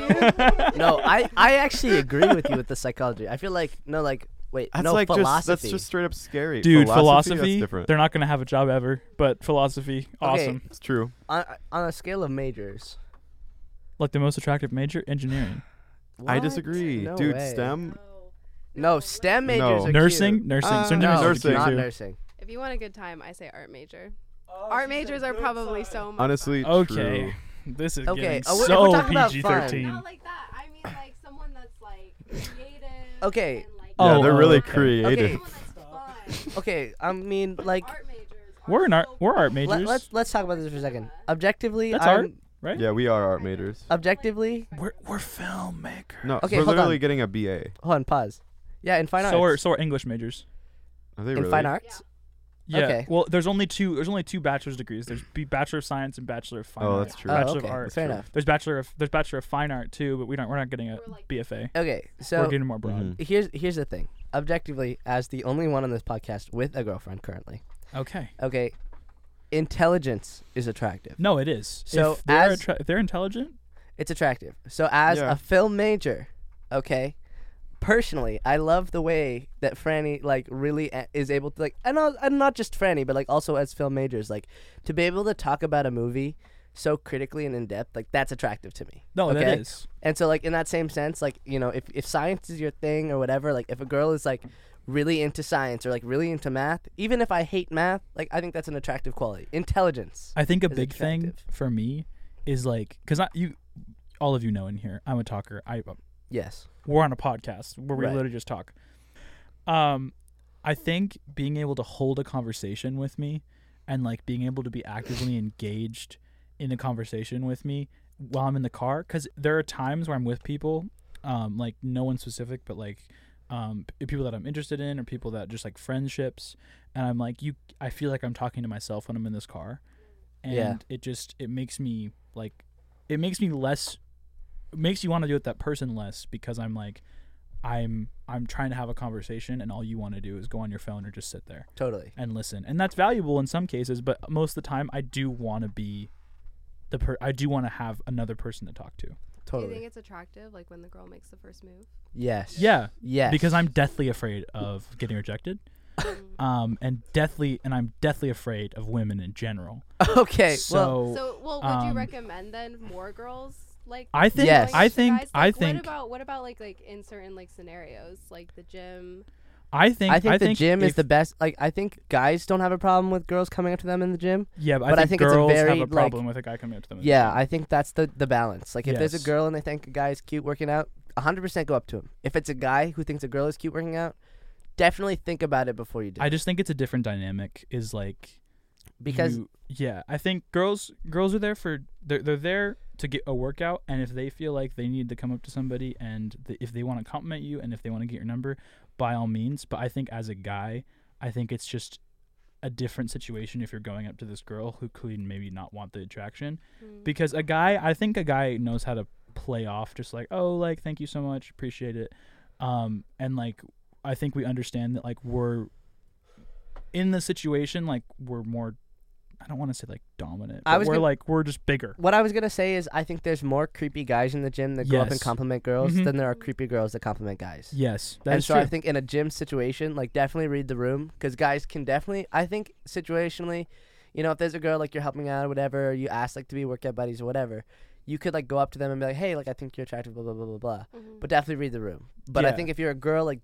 E: Psychoanalyze you?
B: No, I I actually agree with you with the psychology. I feel like no, like wait,
C: That's
B: Uh, no
C: like just
B: philosophy.
C: that's just straight up scary.
A: Dude,
C: philosophy.
A: philosophy,
C: that's different.
A: they're not gonna have a job ever, but philosophy, awesome.
C: It's true.
B: on, on a scale of majors.
A: Like the most attractive major, engineering,
C: I
B: What?
C: disagree,
B: No
C: dude.
B: way.
C: STEM.
B: No, STEM majors
C: No.
B: are cute.
A: nursing, nursing.
C: Uh,
A: Certain
B: No,
A: majors are
C: nursing.
A: cute,
B: not
A: too.
B: nursing.
E: If you want a good time, I say art major.
A: Oh,
E: art majors are probably so much.
C: Honestly,
A: Okay, this is
B: Okay,
A: getting
B: uh, we're- if we're
A: so
B: talking about
A: PG
E: fun.
A: thirteen.
E: Not like that. I mean, like someone that's like creative.
B: Okay.
E: And, like,
C: True. Yeah,
A: Oh,
C: they're
A: oh,
C: really
A: okay.
C: creative.
E: Someone that's fun.
B: Okay, I mean like
E: art majors. Are
A: We're an art,
E: so
A: we're art majors.
B: let, let's let's talk about this for a second. Objectively,
A: That's
B: I'm,
A: art. right?
C: Yeah, we are art majors.
B: Objectively,
A: We're we're filmmakers.
C: No,
B: Okay,
C: we're
B: hold
C: literally
B: on.
C: getting a BA.
B: hold on, pause. Yeah, in fine arts.
A: so are so are English majors.
C: Are they
B: in
C: really?
B: fine arts.
A: Yeah.
B: Okay.
A: Well, there's only two. There's only two bachelor's degrees. There's B- bachelor of science and bachelor of fine
C: Oh,
A: arts.
C: that's true.
B: Oh,
A: Bachelor
B: okay.
A: of art.
B: Fair enough.
A: There's bachelor of there's bachelor of fine art too, but we don't. We're not getting a
E: We're like-
A: BFA.
B: Okay,
A: we're
B: so
A: getting more broad.
C: Mhm.
B: here's here's the thing. Objectively, as the only one on this podcast with a girlfriend currently.
C: Mm-hmm.
A: Okay.
B: Okay, intelligence is attractive.
A: No, it is.
B: So
A: if they're
B: as-
A: attra- if they're intelligent.
B: It's attractive. So as
C: Yeah.
B: a film major, okay, personally, I love the way that Franny like really a- is able to like, and, not- and not just Franny, but like also as film majors, like to be able to talk about a movie so critically and in depth, like that's attractive to me.
A: No,
B: Okay.
A: that is.
B: And so, like in that same sense, like you know, if if science is your thing or whatever, like if a girl is like really into science or like really into math, even if I hate math, like I think that's an attractive quality. Intelligence.
A: I think a
B: is
A: big thing
B: attractive.
A: for me is like because I you all of you know in here I'm a talker. I
B: Yes.
A: we're on a podcast where we
B: Right.
A: literally just talk. Um, I think being able to hold a conversation with me and like being able to be actively engaged in a conversation with me while I'm in the car, because there are times where I'm with people, um, like no one specific, but like um, p- people that I'm interested in or people that just like friendships, and I'm like you, I feel like I'm talking to myself when I'm in this car, and
B: Yeah.
A: it just it makes me like it makes me less it makes you want to do with that person less because I'm like I'm I'm trying to have a conversation and all you want to do is go on your phone or just sit there
B: Totally.
A: and listen. And that's valuable in some cases, but most of the time I do want to be the per- I do want to have another person to talk to.
E: Do you
B: Totally.
E: think it's attractive, like when the girl makes the first move?
B: Yes.
A: Yeah,
B: Yes.
A: because I'm deathly afraid of getting rejected. Um and deathly and I'm deathly afraid of women in general.
B: okay. well,
A: so
E: so, well, would
A: um,
E: you recommend then more girls like?
A: I think
B: Yes.
A: I
E: going to
A: think
E: guys?
A: I
E: Like,
A: think
E: What about what about like like in certain like scenarios, like the gym?
A: I think
B: I think
A: I
B: the
A: think
B: gym is
A: if-
B: the best. Like, I think guys don't have a problem with girls coming up to them in the gym.
A: Yeah, but,
B: but I
A: I think,
B: think it's a
A: girls
B: very,
A: have a
B: like-
A: problem with a guy coming up to them. in the
B: Yeah,
A: gym.
B: I think that's the the balance. Like, if there's
A: Yes.
B: a girl and they think a guy is cute working out, 100% go up to him. If it's a guy who thinks a girl is cute working out, definitely think about it before you do.
A: I just think it's a different dynamic. Is like
B: because
A: you- yeah, I think girls girls are there for they're they're there to get a workout, and if they feel like they need to come up to somebody and th- if they want to compliment you and if they want to get your number, by all means. But I think as a guy, I think it's just a different situation if you're going up to this girl who could maybe not want the attraction because a guy i think a guy knows how to play off just like oh like thank you so much appreciate it um and like i think we understand that like we're in the situation like we're more i don't want to say like dominant but
B: I was
A: we're
B: gonna-
A: like we're just bigger
B: what I was gonna say is, I think there's more creepy guys in the gym that go up and
A: Yes.
B: compliment girls
A: Mhm.
B: than there are creepy girls that compliment guys.
A: yes
B: and
A: that's
B: so
A: true
B: I think in a gym situation, like definitely read the room because guys can definitely. I think situationally, you know, if there's a girl like you're helping out or whatever, or you ask like to be workout buddies or whatever, you could like go up to them and be like, hey, like I think you're attractive, blah blah blah blah blah.
E: Mm-hmm.
B: But definitely read the room. But I
A: Yeah.
B: think if you're a girl, like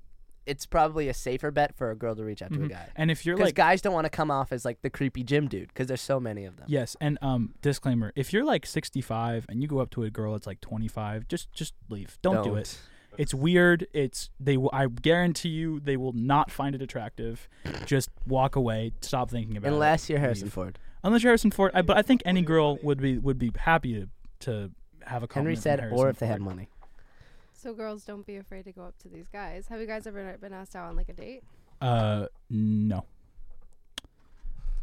B: it's probably a safer bet for a girl to reach out to a
A: Mhm.
B: guy
A: and if you're
B: because
A: like
B: guys don't want to come off as like the creepy gym dude because there's so many of them.
A: yes and um disclaimer if you're like 65 and you go up to a girl that's like 25 just just leave don't, do it It's weird. It's they. Will, I guarantee you, they will not find it attractive. Just walk away. Stop thinking about it.
B: Unless you're Harrison
A: Leave.
B: Ford.
A: Unless you're Harrison Ford. I, but I think any girl would be would be happy to to have a
B: Henry
A: compliment from
B: said,
A: Harrison
B: or if they had
A: Ford.
B: money.
E: So girls, don't be afraid to go up to these guys. Have you guys ever been asked out on like a date?
A: Uh, no.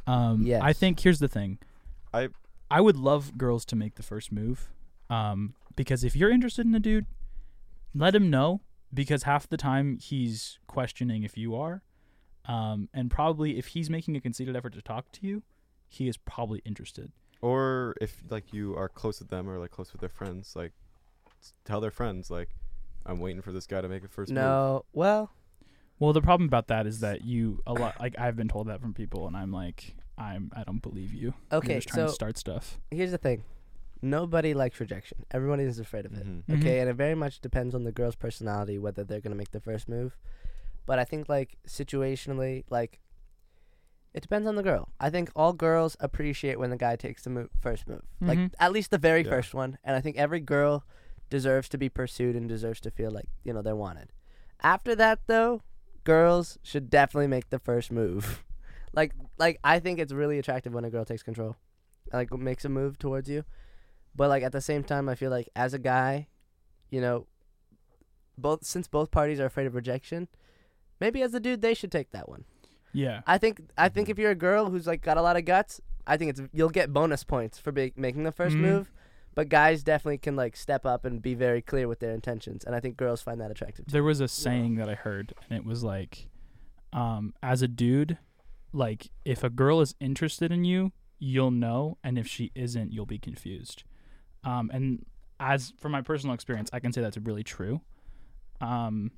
A: Um,
B: Yes.
A: I think here's the thing.
C: I-
A: I would love girls to make the first move. Um, because if you're interested in a dude, let him know. Because half the time he's questioning if you are, um, and probably if he's making a conceited effort to talk to you, he is probably interested.
C: or if like you are close with them or like close with their friends, like s- tell their friends like I'm waiting for this guy to make a first move.
B: No, well,
A: Well, the problem about that is that you a lot like I've been told that from people, and I'm like I'm I don't believe you. you're
B: okay.
A: just trying
B: So
A: to start stuff.
B: here's the thing nobody likes rejection everyone is afraid of it
C: Mhm.
A: Mhm.
B: okay and it very much depends on the girl's personality whether they're going to make the first move but i think like situationally like it depends on the girl i think all girls appreciate when the guy takes the mo- first move like
A: Mhm.
B: at least the very
C: Yeah.
B: first one and i think every girl deserves to be pursued and deserves to feel like you know they're wanted after that though girls should definitely make the first move like like i think it's really attractive when a girl takes control like makes a move towards you. But like at the same time, I feel like as a guy, you know, both since both parties are afraid of rejection, maybe as a dude they should take that one.
A: Mm-hmm. Yeah.
B: I think I think if you're a girl who's like got a lot of guts, I think it's you'll get bonus points for be, making the 1st
A: Mhm.
B: move. But guys definitely can like step up and be very clear with their intentions, and I think girls find that attractive. Too.
A: there was a saying that I heard, and it was like, um, as a dude, like if a girl is interested in you, you'll know, and if she isn't, you'll be confused. Um, and as from my personal experience, I can say that's really true. Um,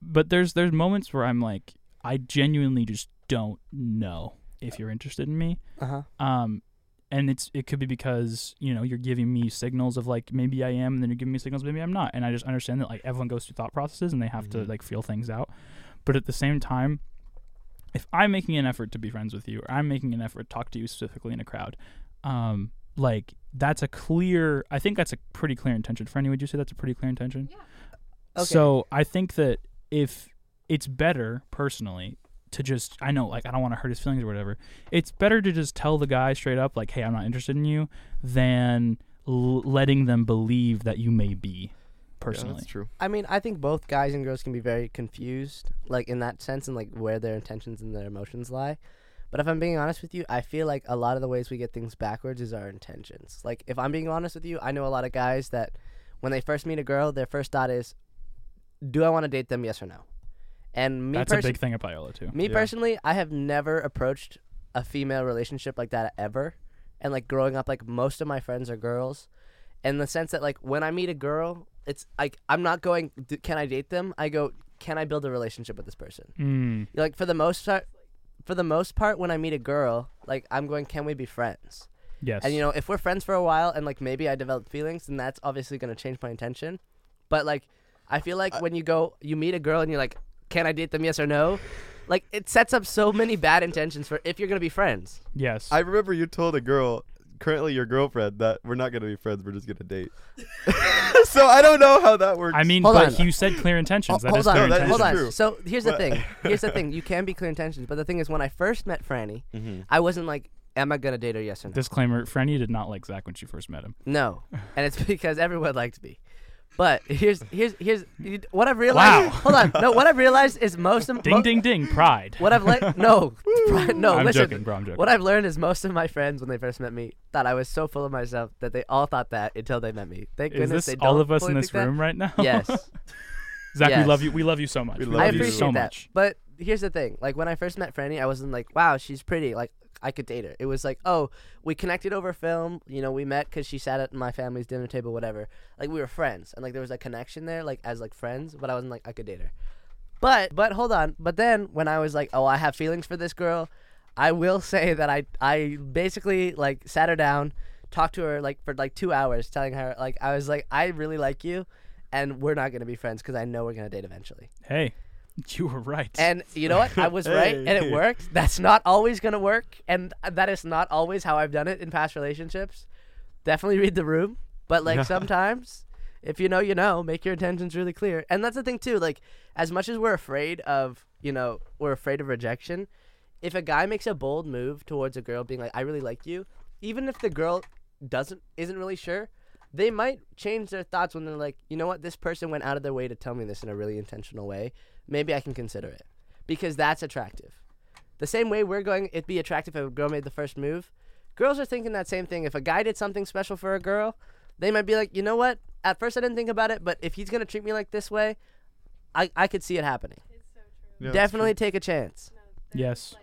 A: but there's there's moments where I'm like, I genuinely just don't know if you're interested in me.
B: Uh huh.
A: Um, and it's it could be because you know you're giving me signals of like maybe I am, and then you're giving me signals maybe I'm not, and I just understand that like everyone goes through thought processes and they have
C: Mhm.
A: to like feel things out. But at the same time, if I'm making an effort to be friends with you, or I'm making an effort to talk to you specifically in a crowd, um, like that's a clear. I think that's a pretty clear intention. Franny, would you say that's a pretty clear intention?
B: Okay.
A: So I think that if it's better personally to just I know like I don't want to hurt his feelings or whatever. It's better to just tell the guy straight up like, "Hey, I'm not interested in you," than l- letting them believe that you may be
C: Yeah,
A: personally.
C: that's true.
B: I mean, I think both guys and girls can be very confused, like in that sense, and like where their intentions and their emotions lie. But if I'm being honest with you, I feel like a lot of the ways we get things backwards is our intentions. Like, if I'm being honest with you, I know a lot of guys that when they first meet a girl, their first thought is, "Do I want to date them? Yes or no?" And me,
A: That's,
B: personally.
A: a big thing at Biola too.
B: Me
C: Yeah.
B: personally, I have never approached a female relationship like that ever. And like growing up, like most of my friends are girls, in the sense that like when I meet a girl, it's like I'm not going. D- can I date them? I go. Can I build a relationship with this person?
A: Mm.
B: Like for the most part, for the most part, when I meet a girl, like I'm going. Can we be friends?
A: Yes.
B: And you know, if we're friends for a while and like maybe I develop feelings, then that's obviously gonna change my intention. But like, I feel like when you go, you meet a girl and you're like, can I date them? Yes or no? Like it sets up so many bad intentions for if you're gonna be friends.
A: yes.
C: I remember you told a girl, currently your girlfriend, that we're not gonna be friends. We're just gonna date. so I don't know how that works.
A: I mean,
B: Hold
A: but
B: on.
A: you said clear intentions.
B: Oh,
A: That
B: hold
A: is
B: on,
A: clear
C: No, that is
A: intentions.
B: hold on.
C: true.
B: So here's the
C: But-
B: thing. Here's the thing. You can be clear intentions, but the thing is, when I first met Franny,
A: Mm-hmm.
C: Mhm.
B: I wasn't like, am I gonna date her? Yes or no?
A: Disclaimer: Franny did not like Zach when she first met him.
B: No, and it's because everyone liked me. But here's here's here's what I've realized.
A: Wow.
B: Hold on. No, what I've realized is most of
A: Ding,
B: mo-
A: ding, ding! Pride.
B: What I've learned, no, Brian, no,
A: I'm
B: listen.
A: joking, bro. I'm joking.
B: What I've learned is most of my friends, when they first met me, thought I was so full of myself that they all thought that until they met me. Thank
A: is
B: goodness
A: this
B: they don't
A: all of us in
B: fully
A: this
B: think that.
A: room right now?
B: Yes,
A: Zach,
B: Yes.
A: we love you. We love you so much.
C: We
A: We
C: love
B: I
A: you
B: appreciate
A: so
B: that.
A: much.
B: But here's the thing: like when I first met Franny, I wasn't like, "Wow, she's pretty." Like I could date her. It was like, "Oh, we connected over film. You know, we met because she sat at my family's dinner table, whatever. Like we were friends, and like there was a connection there, like as like friends. But I wasn't like I could date her. But but hold on. But then when I was like, "Oh, I have feelings for this girl," I will say that I I basically like sat her down, talked to her like for like two hours, telling her like I was like, "I really like you." And we're not gonna be friends because I know we're gonna date eventually.
A: Hey, you were right.
B: And you know what? I was right, and it
C: Hey.
B: worked. That's not always gonna work, and that is not always how I've done it in past relationships. Definitely read the room, but like sometimes, if you know, you know, make your intentions really clear. And that's the thing too. Like as much as we're afraid of, you know, we're afraid of rejection. If a guy makes a bold move towards a girl, being like, "I really like you," even if the girl doesn't isn't really sure. They might change their thoughts when they're like, you know what, this person went out of their way to tell me this in a really intentional way. Maybe I can consider it because that's attractive. The same way we're going, it'd be attractive if a girl made the first move. Girls are thinking that same thing. If a guy did something special for a girl, they might be like, you know what? At first, I didn't think about it, but if he's gonna treat me like this way, I, I could see it happening.
C: Yeah, that's
B: Definitely take a chance.
A: yes.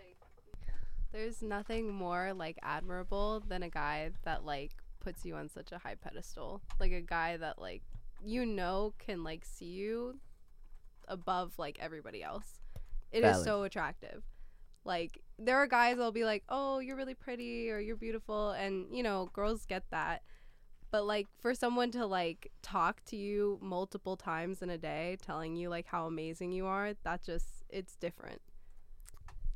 E: There's nothing more like admirable than a guy that like puts you on such a high pedestal. Like a guy that like you know can like see you above like everybody else. It is
B: Valid.
E: so attractive. Like there are guys that'll be like, "Oh, you're really pretty" or "You're beautiful," and you know, girls get that. But like for someone to like talk to you multiple times in a day, telling you like how amazing you are, that just it's different.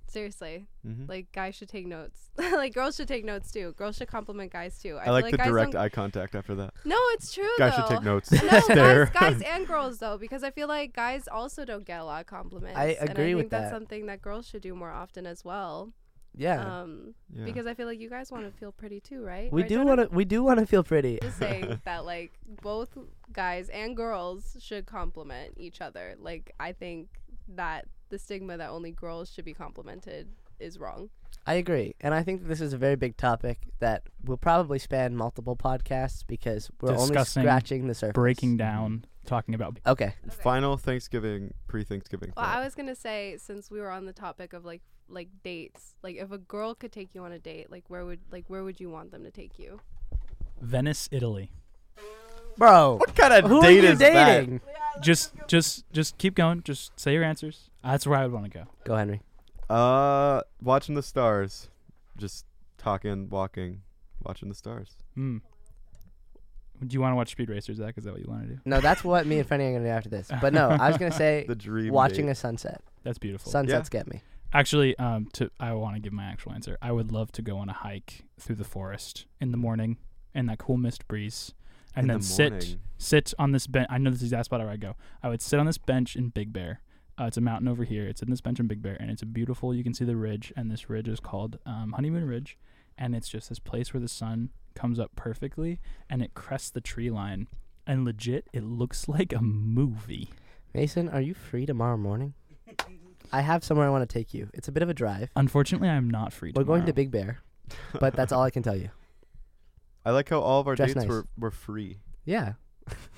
E: Seriously,
C: true. Mhm.
E: like guys should take notes. like girls should take notes too. Girls should compliment guys too.
C: I like the
E: guys
C: direct
E: don't-
C: eye contact after that.
E: No, it's true
C: Guys
E: though.
C: should take notes.
E: No,
C: Stare.
E: guys, guys and girls though, because I feel like guys also don't get a lot of compliments.
B: I
E: and I
B: agree
E: think
B: with
E: that's
B: that.
E: something that girls should do more often as well.
B: Yeah,
E: Um,
C: Yeah.
E: because I feel like you guys want to feel pretty too, right?
B: we
E: Right,
B: do
E: Jordan?
B: want to we do want to feel pretty.
E: Just saying that like both guys and girls should compliment each other. Like I think that the stigma that only girls should be complimented is wrong.
B: I agree, and I think that this is a very big topic that will probably span multiple podcasts because we're
A: Discussing
B: only scratching the surface.
A: Breaking down, talking about.
B: Okay.
E: Okay.
C: Final Thanksgiving, pre-Thanksgiving.
E: Well,
C: thought.
E: I was gonna say since we were on the topic of like like dates, like if a girl could take you on a date, like where would like where would you want them to take you?
A: Venice, Italy.
B: Bro,
C: what kind of
B: who
C: date
B: are you
C: is that?
B: dating?
A: just just just keep going. Just say your answers. That's where I would want to go.
B: Go, Henry.
C: Uh, watching the stars, just talking, walking, watching the stars.
A: Hmm. Do you want to watch Speed Racer, Zach? Is that what you want to do?
B: No, that's what me and Fanny are gonna do after this. But no, I was gonna say
C: The dream.
B: watching
C: date.
B: a sunset.
A: That's beautiful.
B: Sunsets get me.
A: Actually, um, to I want to give my actual answer. I would love to go on a hike through the forest in the morning in that cool mist breeze, and
C: In
A: then
C: the
A: sit
C: morning.
A: sit on this bench. I know this is the exact spot where I go. I would sit on this bench in Big Bear. Uh, it's a mountain over here. It's in this bench in Big Bear, and it's a beautiful. You can see the ridge, and this ridge is called um, Honeymoon Ridge, and it's just this place where the sun comes up perfectly, and it crests the tree line, and legit, it looks like a movie.
B: Mason, are you free tomorrow morning? I have somewhere I want to take you. It's a bit of a drive.
A: Unfortunately, I'm not free.
B: We're going to
A: tomorrow.
B: Big Bear, but that's all I can tell you.
C: I like how all of our
B: Dress
C: dates
B: nice.
C: were, were free.
B: Yeah.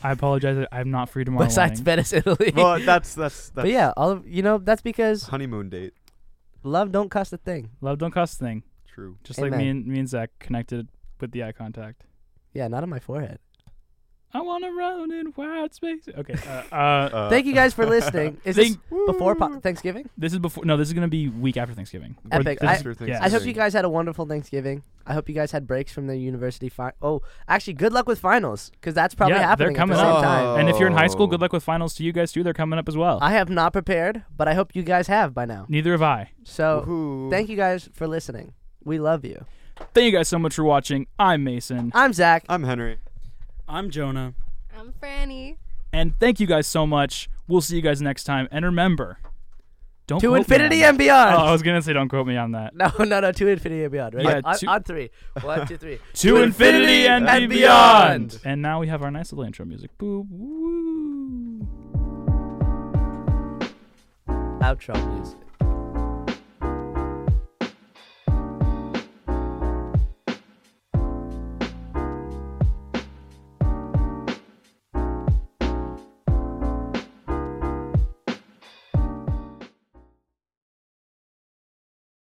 A: I apologize. that I'm not free tomorrow.
B: Besides
A: morning.
B: Venice, Italy.
C: well, that's that's that's
B: but yeah, all of you know that's because
C: honeymoon date.
B: love don't cost a thing.
A: Love don't cost a thing.
C: True.
A: Just like me
B: Amen.
A: and me and Zach connected with the eye contact.
B: Yeah, not on my forehead.
A: I want to run in wide space. Okay. Uh, uh,
C: Uh,
B: Thank you guys for listening. Is this
A: Thank-
B: before po- Thanksgiving?
A: this is before. No, this is gonna be week after Thanksgiving. Or
B: Epic.
A: this
B: I-
A: is- yeah.
B: I
C: After
B: hope you
C: Thanksgiving.
B: guys had a wonderful Thanksgiving. I hope you guys had breaks from the university. Fi- oh, actually, good luck with finals because that's probably
A: Yeah, they're
B: happening at the
A: coming
B: same
A: up.
B: time.
A: and if you're in high school,
C: Oh.
A: good luck with finals to you guys too. They're coming up as well.
B: I have not prepared, but I hope you guys have by now.
A: Neither have I.
B: So
C: Woohoo.
B: thank you guys for listening. We love you.
A: Thank you guys so much for watching. I'm Mason,
B: I'm Zach.
C: I'm Henry.
F: I'm Jonah.
E: I'm Franny.
A: and thank you guys so much. We'll see you guys next time. And remember, don't
B: to
A: quote me
B: infinity
A: on
B: and beyond.
A: that. Oh, I was gonna say don't quote me on that.
B: No, no, no. To infinity and beyond. Ready?
A: Yeah,
B: on,
A: to-
B: on three. One, two, three.
A: to infinity and,
B: and
A: beyond.
B: beyond.
A: And now we have our nice little intro music. Boop. Woo.
B: Outro music.